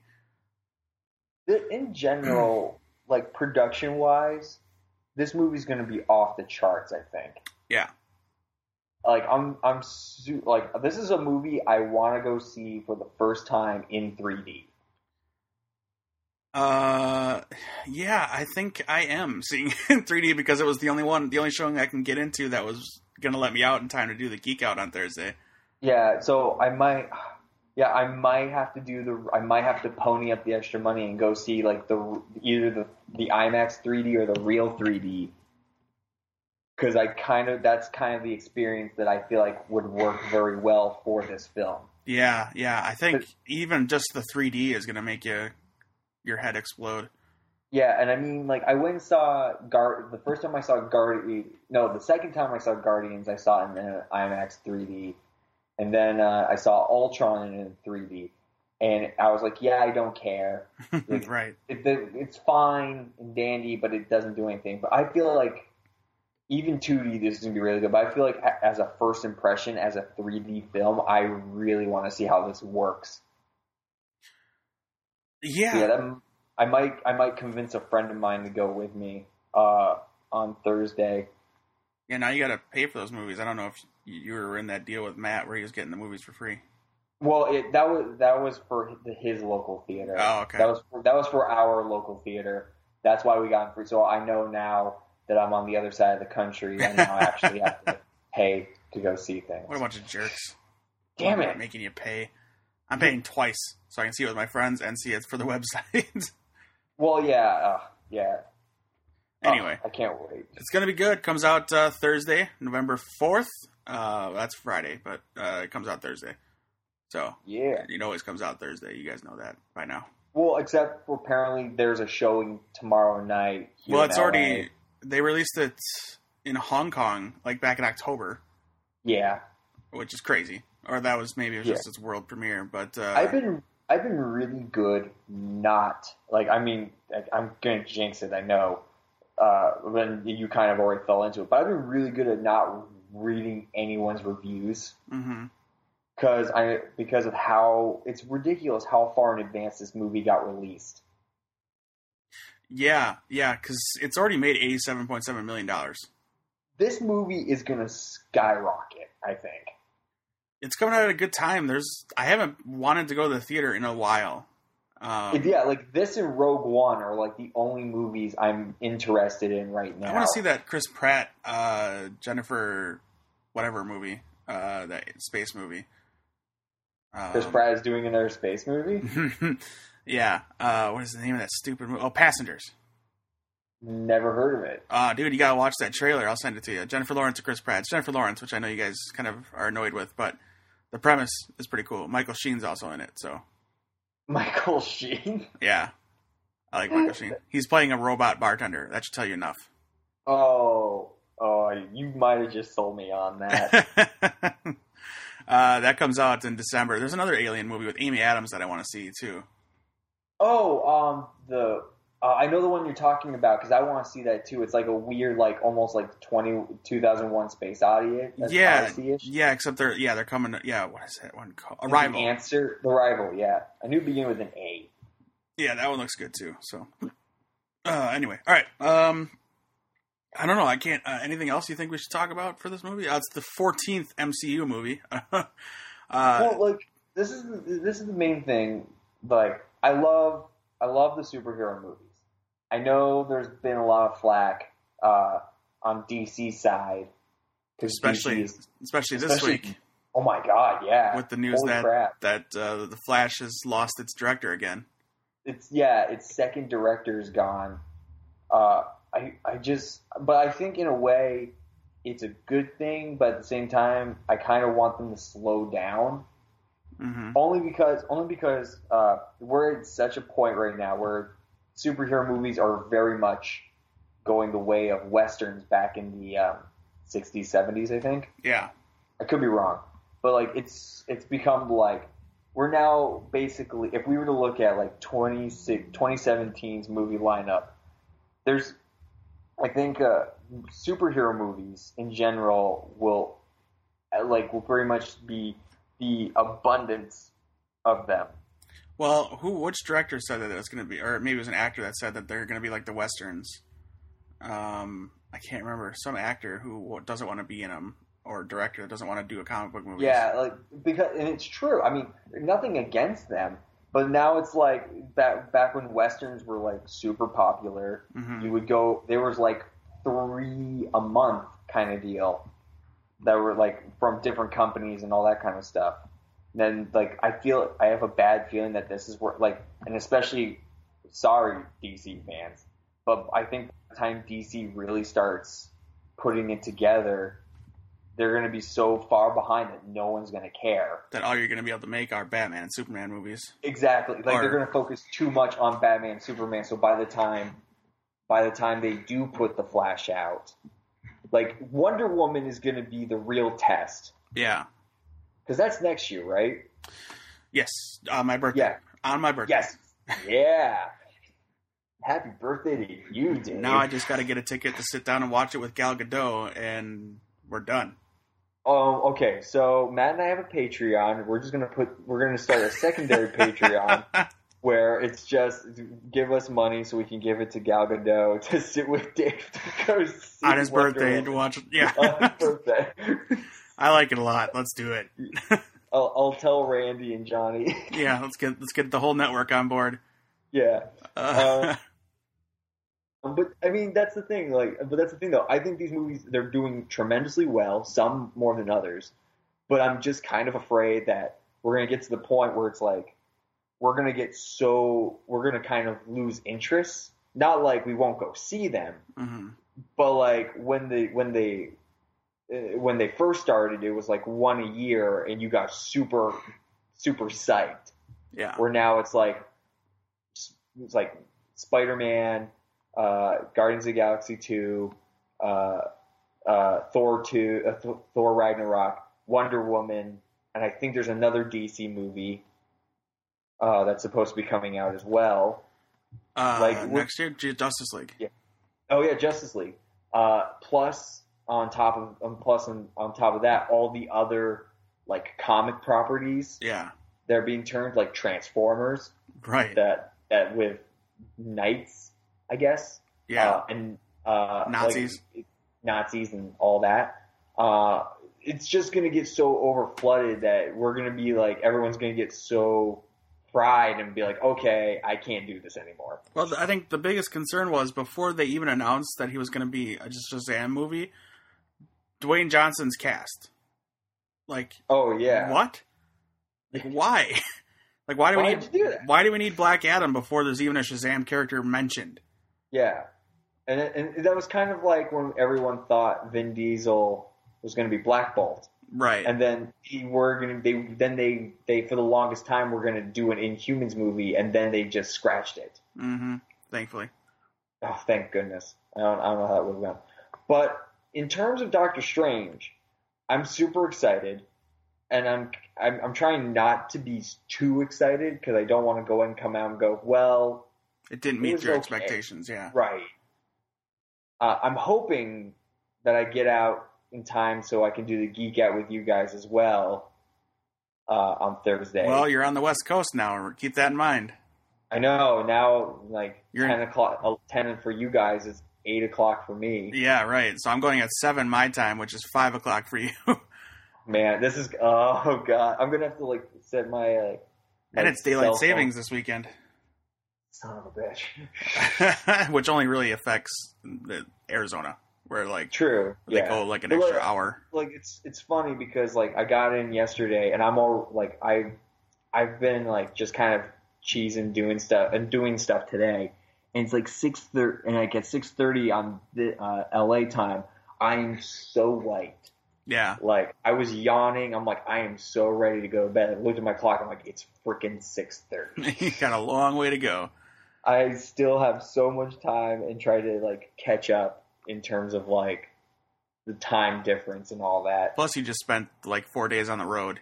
Speaker 2: Th-
Speaker 1: <clears throat>
Speaker 2: In general, like production wise, this movie's going to be off the charts. I think.
Speaker 1: Yeah.
Speaker 2: Like I'm, I'm su- like this is a movie I want to go see for the first time in 3D.
Speaker 1: Uh, yeah, I think I am seeing <laughs> it in 3D because it was the only one, the only showing I can get into that was gonna let me out in time to do the geek out on Thursday.
Speaker 2: Yeah, so I might, yeah, I might have to do the, I might have to pony up the extra money and go see like the either the the IMAX 3D or the real 3D, because I kind of that's kind of the experience that I feel like would work very well for this film.
Speaker 1: Yeah, yeah, I think even just the 3D is gonna make you your head explode. <laughs>
Speaker 2: Yeah, and I mean, like, I went and saw Gar. The first time I saw Guardian, no, the second time I saw Guardians, I saw it in an IMAX 3D, and then uh, I saw Ultron in 3D, and I was like, yeah, I don't care. Like,
Speaker 1: right?
Speaker 2: It, the, it's fine and dandy, but it doesn't do anything. But I feel like even 2D, this is gonna be really good. But I feel like a- as a first impression, as a 3D film, I really want to see how this works.
Speaker 1: Yeah,
Speaker 2: Yeah, that, I might I might convince a friend of mine to go with me uh, on Thursday.
Speaker 1: yeah. Now you gotta pay for those movies. I don't know if you you were in that deal with Matt where he was getting the movies for free.
Speaker 2: Well, it, that was that was for the, his local theater.
Speaker 1: Oh, okay.
Speaker 2: That was for, that was for our local theater. That's why we got free. So I know now that I'm on the other side of the country, and now I actually have
Speaker 1: <laughs>
Speaker 2: to pay to go see things.
Speaker 1: What a bunch of jerks!
Speaker 2: Damn
Speaker 1: Why am I
Speaker 2: it!
Speaker 1: making you pay. I'm paying twice so I can see it with my friends and see it for the <laughs> website.
Speaker 2: Well, yeah, uh, yeah. Oh,
Speaker 1: anyway.
Speaker 2: I can't wait.
Speaker 1: It's gonna be good. Comes out uh, Thursday, November fourth. Uh, that's Friday, but uh, it comes out Thursday. So
Speaker 2: Yeah.
Speaker 1: it always comes out Thursday. You guys know that by now.
Speaker 2: Well, except for apparently there's a showing tomorrow night. here
Speaker 1: well,
Speaker 2: in
Speaker 1: it's
Speaker 2: LA.
Speaker 1: already they released it in Hong Kong like back in October,
Speaker 2: Yeah.
Speaker 1: which is crazy. Or that was maybe it was
Speaker 2: Yeah.
Speaker 1: just its world premiere, but uh,
Speaker 2: I've been I've been really good not like I mean like, I'm gonna jinx it I know uh, when you kind of already fell into it but I've been really good at not reading anyone's reviews
Speaker 1: mhm.
Speaker 2: because I because of how it's ridiculous how far in advance this movie got released
Speaker 1: yeah, yeah, because it's already made eighty seven point seven million dollars.
Speaker 2: this movie is gonna skyrocket I think
Speaker 1: It's coming out at a good time. There's I haven't wanted to go to the theater in a while. Um,
Speaker 2: If- yeah like this and Rogue One are like the only movies I'm interested in right now
Speaker 1: I want to see that Chris Pratt, uh, Jennifer, whatever movie, uh, that space movie. Um,
Speaker 2: Chris Pratt is doing another space movie
Speaker 1: <laughs> yeah. Uh, what is the name of that stupid movie? Oh, Passengers.
Speaker 2: never heard of it
Speaker 1: Uh, dude, you gotta watch that trailer. I'll send it to you. Jennifer Lawrence or Chris Pratt. It's Jennifer Lawrence, which I know you guys kind of are annoyed with, but the premise is pretty cool. Michael Sheen's also in it, so
Speaker 2: <laughs> Michael Sheen.
Speaker 1: yeah. I like Michael Sheen. He's playing a robot bartender. That should tell you enough. <laughs>
Speaker 2: Oh, oh, you might have just sold me on that.
Speaker 1: I Uh, that comes out in December. There's another Alien movie with Amy Adams that I want to see too.
Speaker 2: Oh, um, the uh, I know the one you're talking about because I want to see that too. It's like a weird, like almost like 20, 2001 Space Odyssey.
Speaker 1: Yeah.
Speaker 2: Odyssey-ish.
Speaker 1: Yeah, except they're yeah they're coming. Yeah, what is that one called?
Speaker 2: It's
Speaker 1: Arrival.
Speaker 2: An answer the rival. Yeah, I knew it began with an A.
Speaker 1: Yeah, that one looks good too. So, uh, anyway, all right. Um, I don't know. I can't. Uh, anything else you think we should talk about for this movie? Uh, it's the fourteenth MCU movie. <laughs> uh,
Speaker 2: well, like this is the, this is the main thing. Like I love I love the superhero movies. I know there's been a lot of flack uh, on DC side, 'cause
Speaker 1: especially,
Speaker 2: DC is-
Speaker 1: especially this
Speaker 2: especially-
Speaker 1: week
Speaker 2: oh my god, yeah,
Speaker 1: with the news
Speaker 2: Holy
Speaker 1: that
Speaker 2: crap.
Speaker 1: that uh, the Flash has lost its director again.
Speaker 2: it's yeah, its second director's gone. Uh, I I just, but I think in a way, it's a good thing. But at the same time, I kind of want them to slow down,
Speaker 1: hmm
Speaker 2: only because only because uh, we're at such a point right now where superhero movies are very much going the way of westerns back in the um, 60s, 70s. I think.
Speaker 1: Yeah,
Speaker 2: I could be wrong, but like it's it's become like we're now basically if we were to look at like 26 2017's movie lineup, there's I think uh, superhero movies in general will uh, like will pretty much be the abundance of them.
Speaker 1: Well, who which director said that it was going to be, or maybe it was an actor that said that they're going to be like the westerns. Um, I can't remember some actor who doesn't want to be in them, or director that doesn't want to do a comic book movie.
Speaker 2: Yeah, like because and it's true. I mean, nothing against them, but now it's like back back when westerns were like super popular.
Speaker 1: hmm
Speaker 2: you would go there was like three a month kind of deal that were like from different companies and all that kind of stuff then like i feel i have a bad feeling that this is where like and especially sorry dc fans but i think by the time dc really starts putting it together they're going to be so far behind that no one's going to care
Speaker 1: That all you're going to be able to make are Batman and Superman movies.
Speaker 2: Exactly. Like
Speaker 1: Or-
Speaker 2: they're going to focus too much on Batman, and Superman. So by the time, by the time they do put the Flash out, like Wonder Woman is going to be the real test
Speaker 1: Yeah.
Speaker 2: because that's next year, right?
Speaker 1: Yes. On my birthday.
Speaker 2: Yeah.
Speaker 1: On my birthday.
Speaker 2: Yes. Yeah. Happy birthday to you, Dave.
Speaker 1: Now I just got to get a ticket to sit down and watch it with Gal Gadot, and we're done.
Speaker 2: Oh, okay. So Matt and I have a Patreon. We're just gonna put. We're gonna start a
Speaker 1: <laughs>
Speaker 2: secondary Patreon where it's just give us money so we can give it to Gal Gadot to <laughs> sit with Dave to go see
Speaker 1: On his
Speaker 2: Wonder
Speaker 1: birthday
Speaker 2: Woman.
Speaker 1: to watch. Yeah.
Speaker 2: on his birthday.
Speaker 1: I like it a lot. Let's do it.
Speaker 2: I'll, I'll tell Randy and Johnny. <laughs>
Speaker 1: Yeah. Let's get let's get the whole network on board.
Speaker 2: yeah,
Speaker 1: <laughs>
Speaker 2: Um,
Speaker 1: Uh,
Speaker 2: but I mean that's the thing. Like, but that's the thing though. I think these movies they're doing tremendously well. Some more than others. But I'm just kind of afraid that we're gonna get to the point where it's like we're gonna get so we're gonna kind of lose interest. Not like we won't go see them,
Speaker 1: mhm.
Speaker 2: but like when they when they uh, when they first started, it was like one a year, and you got super super psyched.
Speaker 1: Yeah.
Speaker 2: where now it's like it's like Spider-Man, uh, Guardians of the Galaxy two, uh, uh, Thor two, uh, Th- Thor Ragnarok, Wonder Woman, and I think there's another DC movie uh, that's supposed to be coming out as well.
Speaker 1: Uh,
Speaker 2: Like,
Speaker 1: like
Speaker 2: what-
Speaker 1: next year, Ju- Justice League.
Speaker 2: Oh yeah, Justice League. Uh, plus on top of um, plus on, on top of that, all the other like comic properties
Speaker 1: Yeah,
Speaker 2: that are being turned like Transformers.
Speaker 1: right.
Speaker 2: that that with knights, I guess.
Speaker 1: yeah,
Speaker 2: Uh, and uh,
Speaker 1: Nazis.
Speaker 2: like, Nazis, and all that. Uh, it's just gonna get so over flooded that we're gonna be like everyone's gonna get so fried and be like, okay, I can't do this anymore.
Speaker 1: Well, th- I think the biggest concern was before they even announced that he was going to be a just Shazam movie, Dwayne Johnson's cast. Like,
Speaker 2: Oh yeah,
Speaker 1: what? Like, why? <laughs> like, why do
Speaker 2: Why
Speaker 1: we
Speaker 2: did
Speaker 1: need?
Speaker 2: you do that?
Speaker 1: Why do we need Black Adam before there's even a Shazam character mentioned?
Speaker 2: Yeah, and and that was kind of like when everyone thought Vin Diesel was gonna be blackballed.
Speaker 1: Right.
Speaker 2: and then he were gonna they then they they for the longest time were gonna do an Inhumans movie, and then they just scratched it.
Speaker 1: mm-hmm. Thankfully.
Speaker 2: Oh, thank goodness. I don't I don't know how that would have gone. But in terms of Doctor Strange, I'm super excited. and I'm I'm, I'm trying not to be too excited because I don't want to go and come out and go well
Speaker 1: It didn't
Speaker 2: It
Speaker 1: meet
Speaker 2: was
Speaker 1: your
Speaker 2: okay.
Speaker 1: expectations. Yeah.
Speaker 2: right. Uh, I'm hoping that I get out in time so I can do the geek out with you guys as well uh, on Thursday.
Speaker 1: Well, you're on the West Coast now. Keep that in
Speaker 2: <laughs>
Speaker 1: mind.
Speaker 2: I know now like
Speaker 1: You're-
Speaker 2: ten o'clock uh, ten for you guys it's eight o'clock for me.
Speaker 1: Yeah, right. So I'm going at seven my time, which is five o'clock for you,
Speaker 2: Man, this is <laughs> oh god. I'm gonna have to like set my uh, my
Speaker 1: and it's
Speaker 2: cell
Speaker 1: daylight
Speaker 2: phone-
Speaker 1: savings this weekend, <laughs>
Speaker 2: Son of a bitch. <laughs>
Speaker 1: which only really affects the- Arizona, where like
Speaker 2: True.
Speaker 1: they
Speaker 2: yeah.
Speaker 1: go like an
Speaker 2: But,
Speaker 1: extra
Speaker 2: like,
Speaker 1: hour.
Speaker 2: Like it's it's funny because like I got in yesterday and I'm all like I I've been like just kind of cheesing doing stuff and doing stuff today. And it's like six thirty, and like at six thirty on the uh, LA time, I'm so wiped.
Speaker 1: Yeah, <laughs>
Speaker 2: Like I was yawning. I'm like, I am so ready to go to bed. I looked at my clock. I'm like, it's freaking six thirty.
Speaker 1: you got a long way to go.
Speaker 2: I still have so much time and try to like catch up in terms of like the time difference and all that,
Speaker 1: Plus, you just spent like four days on the road.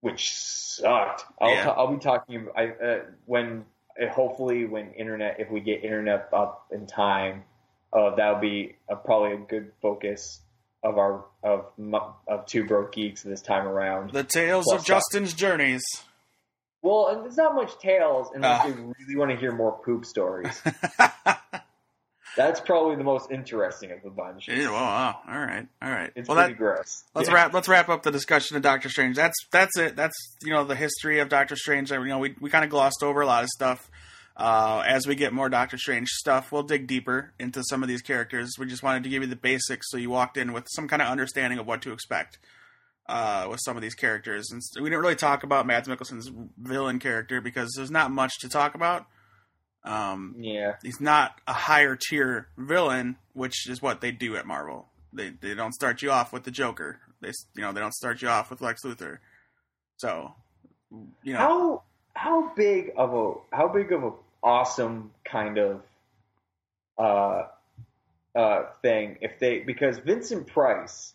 Speaker 2: which sucked. I'll
Speaker 1: Yeah.
Speaker 2: I'll be talking. I uh, when uh, hopefully when internet if we get internet up in time, uh, that'll be a, probably a good focus of our of mu- of two broke geeks this time around.
Speaker 1: The tales
Speaker 2: Plus
Speaker 1: of
Speaker 2: that.
Speaker 1: Justin's journeys.
Speaker 2: Well, and there's not much tales unless
Speaker 1: Ah.
Speaker 2: you really want to hear more poop stories.
Speaker 1: <laughs>
Speaker 2: That's probably the most interesting of the bunch.
Speaker 1: Ew, oh, wow. All right, all right.
Speaker 2: It's
Speaker 1: well, that
Speaker 2: pretty gross.
Speaker 1: Let's
Speaker 2: Yeah.
Speaker 1: wrap. Let's wrap up the discussion of Doctor Strange. That's that's it. That's you know the history of Doctor Strange. You know we we kind of glossed over a lot of stuff. Uh, as we get more Doctor Strange stuff, we'll dig deeper into some of these characters. We just wanted to give you the basics, so you walked in with some kind of understanding of what to expect uh, with some of these characters. And s- we didn't really talk about Mads Mikkelsen's villain character because there's not much to talk about. Um,
Speaker 2: Yeah,
Speaker 1: he's not a higher tier villain, which is what they do at Marvel. They they don't start you off with the Joker. They s- you know they don't start you off with Lex Luthor. So you know
Speaker 2: how how big of a how big of a awesome kind of uh uh thing if they because Vincent Price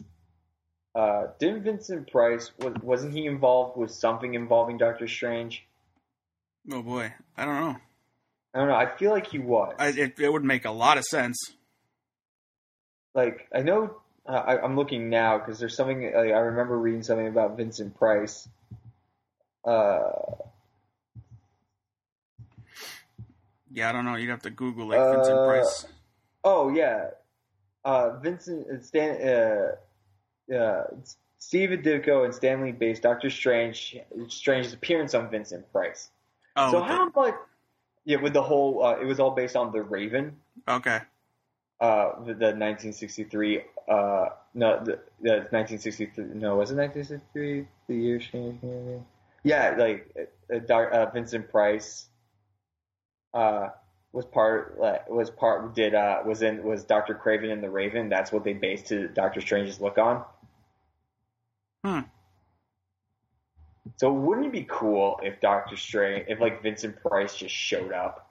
Speaker 2: uh didn't Vincent Price was, wasn't he involved with something involving Doctor Strange?
Speaker 1: oh boy I don't know
Speaker 2: I don't know. I feel like he was.
Speaker 1: I, it it would make a lot of sense.
Speaker 2: like I know uh, I, I'm looking now because there's something like, I remember reading something about Vincent Price. Uh,
Speaker 1: Yeah I don't know you'd have to Google like Vincent
Speaker 2: Uh,
Speaker 1: Price.
Speaker 2: oh yeah, uh, Vincent uh, Stan, uh, uh, Steve Ditko and Stanley based Doctor Strange Strange's appearance on Vincent Price.
Speaker 1: Oh
Speaker 2: so
Speaker 1: with
Speaker 2: how much? Yeah, with the whole uh, it was all based on the Raven.
Speaker 1: the- okay
Speaker 2: Uh, the, the 1963, uh, no, the, the 1963, no, was it 1963? The year she, yeah, like uh, uh, Doc- uh, Vincent Price, uh, was part, like, was part, did, uh, was in, was Dr. Craven in the Raven. That's what they based to Doctor Strange's look on.
Speaker 1: Hmm.
Speaker 2: So wouldn't it be cool if Doctor Strange, if like Vincent Price just showed up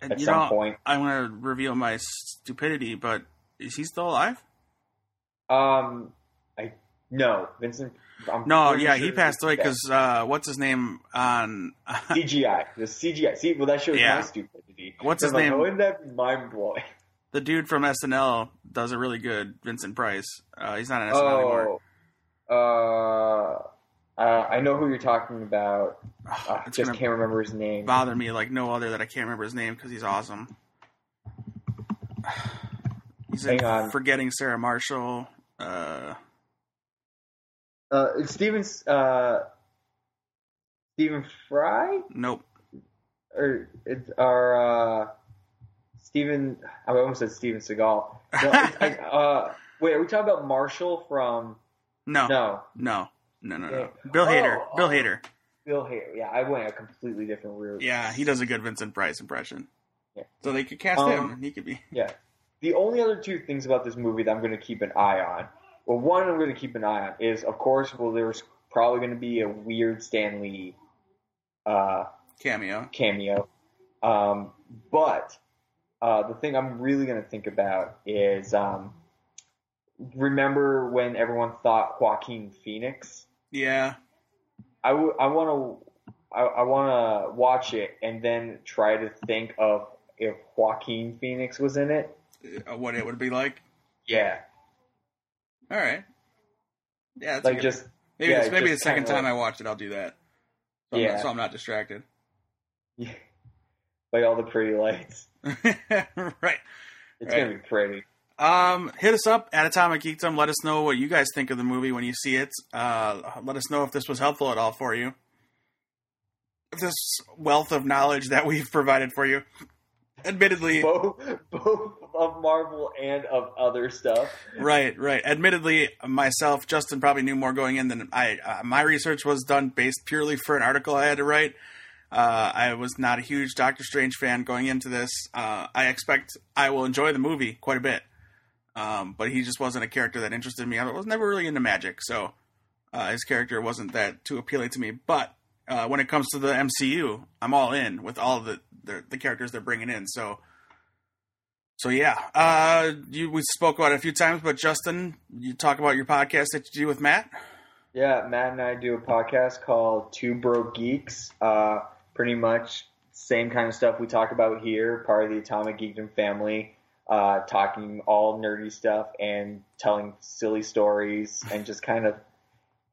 Speaker 1: And
Speaker 2: at
Speaker 1: you
Speaker 2: some
Speaker 1: know
Speaker 2: point?
Speaker 1: I'm gonna reveal my stupidity but is he still alive?
Speaker 2: Um, I no, Vincent. I'm
Speaker 1: No
Speaker 2: pretty
Speaker 1: yeah
Speaker 2: sure
Speaker 1: he passed away <laughs> because uh, what's his name on <laughs> uh,
Speaker 2: CGI. The CGI. See, well, that shows
Speaker 1: Yeah.
Speaker 2: my stupidity.
Speaker 1: What's
Speaker 2: I'm
Speaker 1: his
Speaker 2: like,
Speaker 1: name?
Speaker 2: oh, wouldn't that be mind blowing?
Speaker 1: the dude from SNL does a really good Vincent Price. Uh, he's not in SNL anymore.
Speaker 2: Oh, uh, uh, I know who you're talking about.
Speaker 1: Ugh,
Speaker 2: Uh,
Speaker 1: it's
Speaker 2: just
Speaker 1: gonna
Speaker 2: can't remember his name.
Speaker 1: bother me like no other that I can't remember his name because he's awesome. <sighs> He's in
Speaker 2: Hang on.
Speaker 1: forgetting Sarah Marshall. Uh,
Speaker 2: Uh, it's Steven. Uh, Stephen Fry
Speaker 1: nope.
Speaker 2: or it's our uh, Stephen. I almost said Steven Seagal. No,
Speaker 1: <laughs>
Speaker 2: it's- I- uh, wait, are we talking about Marshall from?
Speaker 1: No, no,
Speaker 2: No,
Speaker 1: no, no, no.
Speaker 2: Yeah.
Speaker 1: Bill
Speaker 2: Oh,
Speaker 1: Hader. Bill
Speaker 2: oh.
Speaker 1: Hader.
Speaker 2: Bill Hader. Yeah, I went a completely different route.
Speaker 1: Yeah, he does a good Vincent Price impression.
Speaker 2: Yeah.
Speaker 1: So they could cast
Speaker 2: Um,
Speaker 1: him. and He could be.
Speaker 2: Yeah. The only other two things about this movie that I'm going to keep an eye on, well, one I'm going to keep an eye on is, of course, well, there's probably going to be a weird Stan Lee uh,
Speaker 1: Cameo.
Speaker 2: cameo. Um, but uh, the thing I'm really going to think about is um, remember when everyone thought Joaquin Phoenix
Speaker 1: Yeah.
Speaker 2: I w- I want to I, I want to watch it and then try to think of if Joaquin Phoenix was in it.
Speaker 1: Uh, What it would be like.
Speaker 2: Yeah,
Speaker 1: All right. Yeah. That's
Speaker 2: like
Speaker 1: good.
Speaker 2: just <laughs>
Speaker 1: maybe
Speaker 2: yeah,
Speaker 1: it's, maybe the
Speaker 2: just
Speaker 1: second
Speaker 2: kinda-
Speaker 1: time I watch it, I'll do that. So, I'm
Speaker 2: Yeah.
Speaker 1: not, so I'm not distracted. <laughs>
Speaker 2: like all the pretty lights.
Speaker 1: right.
Speaker 2: It's
Speaker 1: Right.
Speaker 2: gonna be pretty.
Speaker 1: Um, hit us up at Atomic Geekdom. Let us know what you guys think of the movie when you see it. Uh, let us know if this was helpful at all for you. If this wealth of knowledge that we've provided for you, admittedly,
Speaker 2: Both <laughs> both of Marvel and of other stuff.
Speaker 1: right, right. Admittedly, myself, Justin probably knew more going in than I. Uh, my research was done based purely for an article I had to write. Uh, I was not a huge Doctor Strange fan going into this. Uh, I expect I will enjoy the movie quite a bit, um, but he just wasn't a character that interested me. I was never really into magic, so uh, his character wasn't that too appealing to me. But uh, when it comes to the MCU, I'm all in with all the the, the characters they're bringing in. So, so yeah, uh, you we spoke about it a few times, but Justin, you talk about your podcast that you do with Matt.
Speaker 2: Yeah, Matt and I do a podcast called Two Bro Geeks. Uh, pretty much same kind of stuff we talk about here, part of the Atomic Geekdom family, uh, talking all nerdy stuff and telling silly stories and just kind of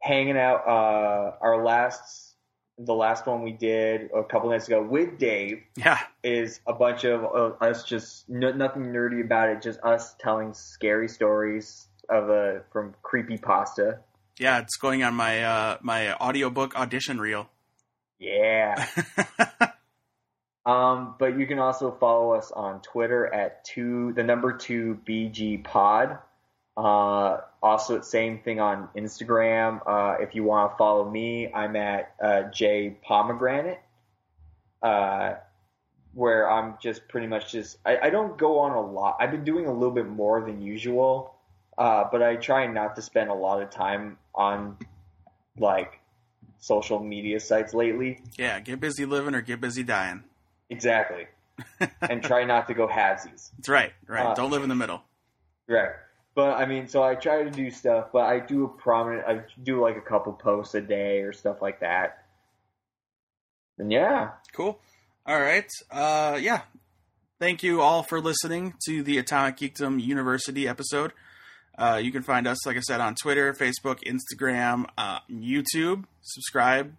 Speaker 2: hanging out. Uh, our last, the last one we did a couple nights ago with Dave
Speaker 1: Yeah,
Speaker 2: is a bunch of uh, us just n- nothing nerdy about it, just us telling scary stories of uh from creepy pasta.
Speaker 1: yeah, it's going on my uh, my audiobook audition reel. <laughs>
Speaker 2: Yeah. Um, but you can also follow us on Twitter at two the number two BG Pod. Uh, also, it's same thing on Instagram. Uh, if you want to follow me, I'm at uh, J Pomegranate, uh, where I'm just pretty much just I, I don't go on a lot. I've been doing a little bit more than usual, uh, but I try not to spend a lot of time on like social media sites lately.
Speaker 1: yeah, get busy living or get busy dying. <laughs>
Speaker 2: Exactly. and try not to go halvesies.
Speaker 1: That's right, right.
Speaker 2: Uh,
Speaker 1: Don't live in the middle.
Speaker 2: Right. But I mean, so I try to do stuff, but I do a prominent, I do like a couple posts a day or stuff like that. And yeah,
Speaker 1: Cool. All right. Uh, yeah. Thank you all for listening to the Atomic Geekdom University episode. Uh, you can find us, like I said, on Twitter, Facebook, Instagram, uh, YouTube. Subscribe.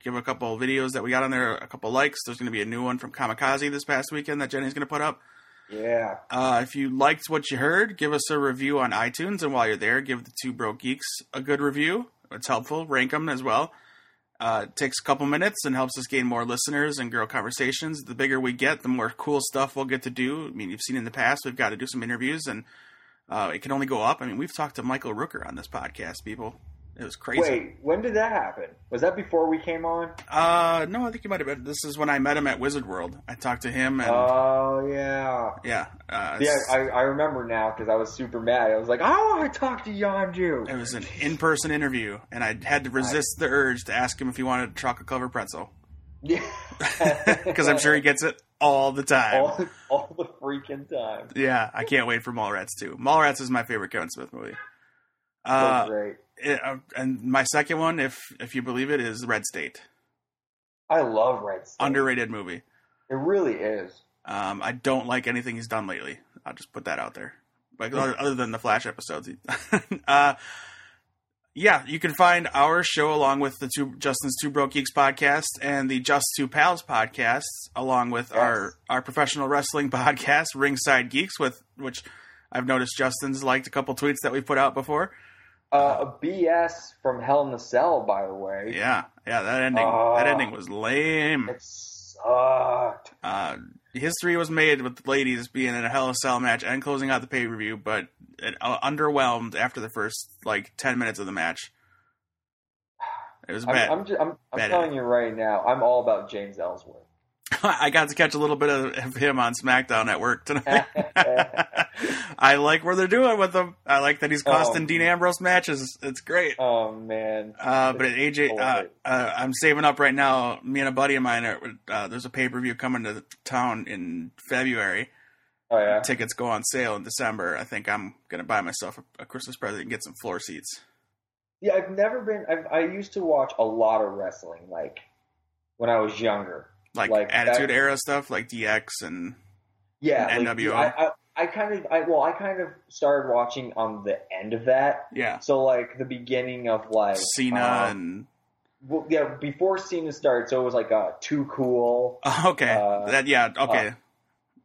Speaker 1: Give a couple of videos that we got on there, a couple likes. There's going to be a new one from Kamikaze this past weekend that Jenny's going to put up.
Speaker 2: yeah,
Speaker 1: Uh, if you liked what you heard, give us a review on iTunes, and while you're there, give the two broke geeks a good review. It's helpful. Rank them as well. Uh, it takes a couple minutes and helps us gain more listeners and grow conversations. The bigger we get, the more cool stuff we'll get to do. I mean, you've seen in the past, we've got to do some interviews, and uh, it can only go up. I mean, we've talked to Michael Rooker on this podcast, people. It was crazy.
Speaker 2: Wait, when did that happen? Was that before we came on?
Speaker 1: Uh, no, I think you might have. Been, this is when I met him at Wizard World. I talked to him, and
Speaker 2: Oh yeah,
Speaker 1: yeah, uh,
Speaker 2: yeah. I, I remember now because I was super mad. I was like, I want to talk to
Speaker 1: It
Speaker 2: Yonju.
Speaker 1: was an in-person interview, and I had to resist the urge to ask him if he wanted a chocolate covered pretzel
Speaker 2: <laughs>
Speaker 1: <laughs>
Speaker 2: Yeah,
Speaker 1: because I'm sure he gets it all the time.
Speaker 2: all, all the freaking time.
Speaker 1: Yeah, I can't wait for Mallrats too. Mallrats is my favorite Kevin Smith movie.
Speaker 2: So
Speaker 1: Uh,
Speaker 2: great.
Speaker 1: it- uh, and my second one, if if you believe it, is Red State.
Speaker 2: I love Red. State.
Speaker 1: Underrated movie.
Speaker 2: It really is.
Speaker 1: Um, I don't like anything he's done lately. I'll just put that out there. Like other, other than the Flash episodes. <laughs> he- uh, yeah, you can find our show along with the two Justin's Two Broke Geeks podcast and the Just Two Pals podcast, along with
Speaker 2: Yes.
Speaker 1: our our professional wrestling <laughs> podcast, Ringside Geeks, with which I've noticed Justin's liked a couple tweets that we put out before.
Speaker 2: Uh, a BS from Hell in a Cell, by the way.
Speaker 1: Yeah, yeah, that ending
Speaker 2: Ah.
Speaker 1: that ending was lame.
Speaker 2: It sucked.
Speaker 1: Uh, history was made with the ladies being in a Hell in a Cell match and closing out the pay per view, but it uh, underwhelmed after the first like ten minutes of the match. It was
Speaker 2: I'm,
Speaker 1: bad.
Speaker 2: I'm, just, I'm,
Speaker 1: Bad
Speaker 2: I'm telling you right now, I'm all about James Ellsworth.
Speaker 1: <laughs>
Speaker 2: <laughs>
Speaker 1: I got to catch a little bit of of him on SmackDown at work tonight.
Speaker 2: <laughs>
Speaker 1: <laughs> I like where they're doing with him. I like that he's costing
Speaker 2: Oh.
Speaker 1: Dean Ambrose matches. It's great.
Speaker 2: oh man,
Speaker 1: Uh, but AJ, uh, uh, I'm saving up right now. Me and a buddy of mine are. Uh, there's a pay per view coming to town in February.
Speaker 2: oh yeah,
Speaker 1: tickets go on sale in December, I think I'm gonna buy myself a, a Christmas present and get some floor seats.
Speaker 2: Yeah, I've never been. I've, I used to watch a lot of wrestling, like when I was younger.
Speaker 1: Like,
Speaker 2: Like,
Speaker 1: Attitude
Speaker 2: that-
Speaker 1: Era stuff, like DX and
Speaker 2: Yeah,
Speaker 1: And
Speaker 2: like,
Speaker 1: NWO.
Speaker 2: I, I, I kind of, I well, I kind of started watching on the end of that.
Speaker 1: yeah,
Speaker 2: So like the beginning of like
Speaker 1: Cena
Speaker 2: um,
Speaker 1: and <laughs>
Speaker 2: well, yeah, before Cena started, so it was like uh, too cool,
Speaker 1: oh, okay,
Speaker 2: uh,
Speaker 1: that yeah, okay,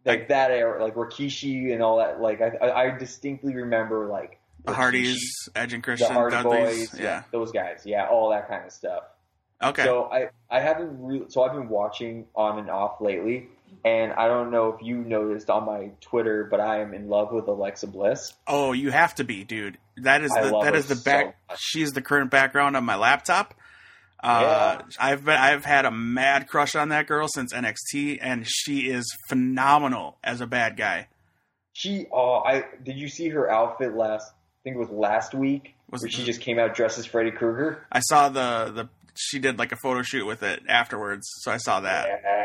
Speaker 2: like that era, like Rikishi and all that. Like I, I I distinctly remember like
Speaker 1: the
Speaker 2: Rikishi,
Speaker 1: Hardys, Edge and
Speaker 2: the
Speaker 1: Christian,
Speaker 2: Hardy
Speaker 1: Dudleys,
Speaker 2: Boys,
Speaker 1: yeah,
Speaker 2: those guys, yeah, all that kind of stuff.
Speaker 1: okay,
Speaker 2: So I, I haven't re- so I've been watching on and off lately, and I don't know if you noticed on my Twitter, but I am in love with Alexa Bliss.
Speaker 1: Oh, you have to be, dude. That is
Speaker 2: I
Speaker 1: the
Speaker 2: love
Speaker 1: that
Speaker 2: her
Speaker 1: is the
Speaker 2: so
Speaker 1: back.
Speaker 2: much.
Speaker 1: she's the current background on my laptop. Uh, I've been I've had a mad crush on that girl since NXT, and she is phenomenal as a bad guy.
Speaker 2: She, oh, I did you see her outfit last? I think it was last week
Speaker 1: Was
Speaker 2: where
Speaker 1: it-
Speaker 2: she just came out dressed as Freddy Krueger.
Speaker 1: I saw the the she did like a photo shoot with it afterwards, so I saw that. Yeah,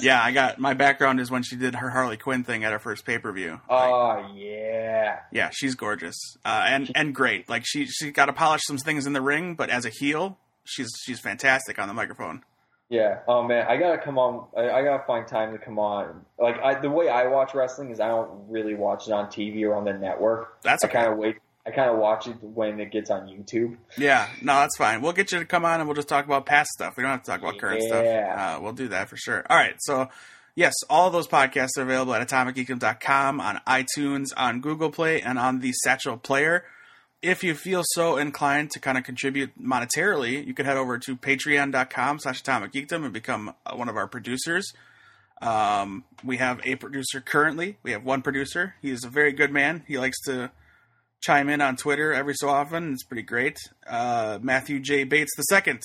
Speaker 2: Yes.
Speaker 1: I got my background is when she did her Harley Quinn thing at her first pay per view.
Speaker 2: Oh yeah.
Speaker 1: yeah, she's gorgeous uh, and and great. Like she she got to polish some things in the ring, but as a heel, she's she's fantastic on the microphone.
Speaker 2: Yeah. Oh man, I gotta come on. I, I gotta find time to come on. Like I, the way I watch wrestling is I don't really watch it on TV or on the network.
Speaker 1: That's
Speaker 2: I
Speaker 1: okay.
Speaker 2: kind of wait. I kind of watch it when it gets on YouTube.
Speaker 1: Yeah, no, that's fine. We'll get you to come on and we'll just talk about past stuff. We don't have to talk about current
Speaker 2: Yeah.
Speaker 1: stuff. Uh, we'll do that for sure. All right. So, yes, all those podcasts are available at atomicgeekdom.com, on iTunes, on Google Play, and on the Satchel Player. If you feel so inclined to kind of contribute monetarily, you can head over to patreon.com slash atomicgeekdom and become uh, one of our producers. Um, we have a producer currently. We have one producer. He is a very good man. He likes to chime in on Twitter every so often. It's pretty great. Uh, Matthew J. Bates the second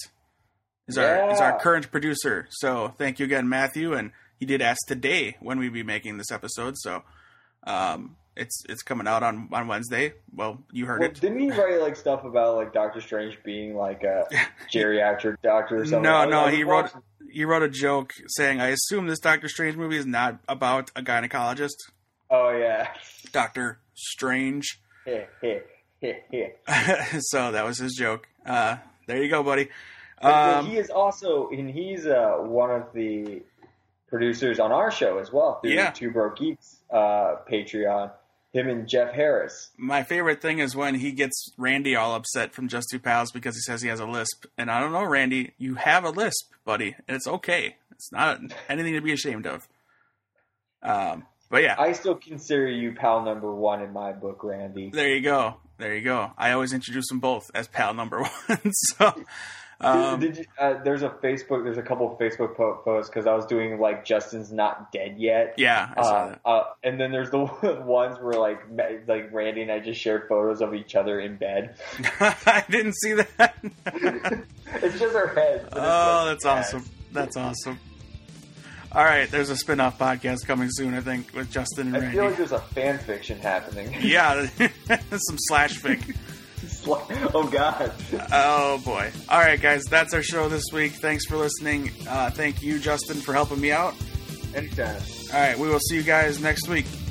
Speaker 1: is our is our
Speaker 2: Yeah.
Speaker 1: current producer. So thank you again, Matthew. And he did ask today when we'd be making this episode. So um, it's it's coming out on on Wednesday. Well, you heard
Speaker 2: Well,
Speaker 1: it.
Speaker 2: didn't he write like stuff about like Doctor Strange being like a
Speaker 1: <laughs>
Speaker 2: geriatric doctor or something?
Speaker 1: No,
Speaker 2: I was-
Speaker 1: no,
Speaker 2: I was
Speaker 1: he wrote-
Speaker 2: watching-
Speaker 1: He wrote a joke saying, "I assume this Doctor Strange movie is not about a gynecologist,
Speaker 2: Oh yeah. <laughs>
Speaker 1: Doctor Strange."
Speaker 2: Heh, heh, heh,
Speaker 1: <laughs>
Speaker 2: heh.
Speaker 1: so that was his joke. Uh, there you go, buddy.
Speaker 2: But yeah,
Speaker 1: Um,
Speaker 2: he is also, and he's uh, one of the producers on our show as well through
Speaker 1: Yeah.
Speaker 2: Two Bro Geeks uh, Patreon. Him and Jeff Harris.
Speaker 1: my favorite thing is when he gets Randy all upset from Just Two Pals because he says he has a lisp, and I don't know, Randy, you have a lisp, buddy, and it's okay. It's not anything to be ashamed of. Um, but yeah,
Speaker 2: I still consider you pal number one in my book, Randy.
Speaker 1: there you go, there you go. I always introduce them both as pal number <laughs> one. so um,
Speaker 2: <laughs> Did you, uh, there's a Facebook. There's a couple of Facebook po- posts because I was doing like Justin's not dead yet.
Speaker 1: yeah, I saw
Speaker 2: Uh,
Speaker 1: that. <laughs>
Speaker 2: uh, and then there's the <laughs> ones where like me- like Randy and I just shared photos of each other in bed. <laughs>
Speaker 1: I didn't see that. <laughs>
Speaker 2: it's just our heads.
Speaker 1: Oh,
Speaker 2: but it's like-
Speaker 1: that's awesome. That's awesome. All right, there's a spin off podcast coming soon, I think, with Justin and
Speaker 2: I feel like
Speaker 1: Randy.
Speaker 2: there's a fan fiction happening. <laughs>
Speaker 1: Yeah, <laughs> some slash fic.
Speaker 2: It's like- oh god.
Speaker 1: Oh, boy. All right, guys, that's our show this week. Thanks for listening. Uh, thank you, Justin, for helping me out.
Speaker 2: Anytime.
Speaker 1: All right, we will see you guys next week.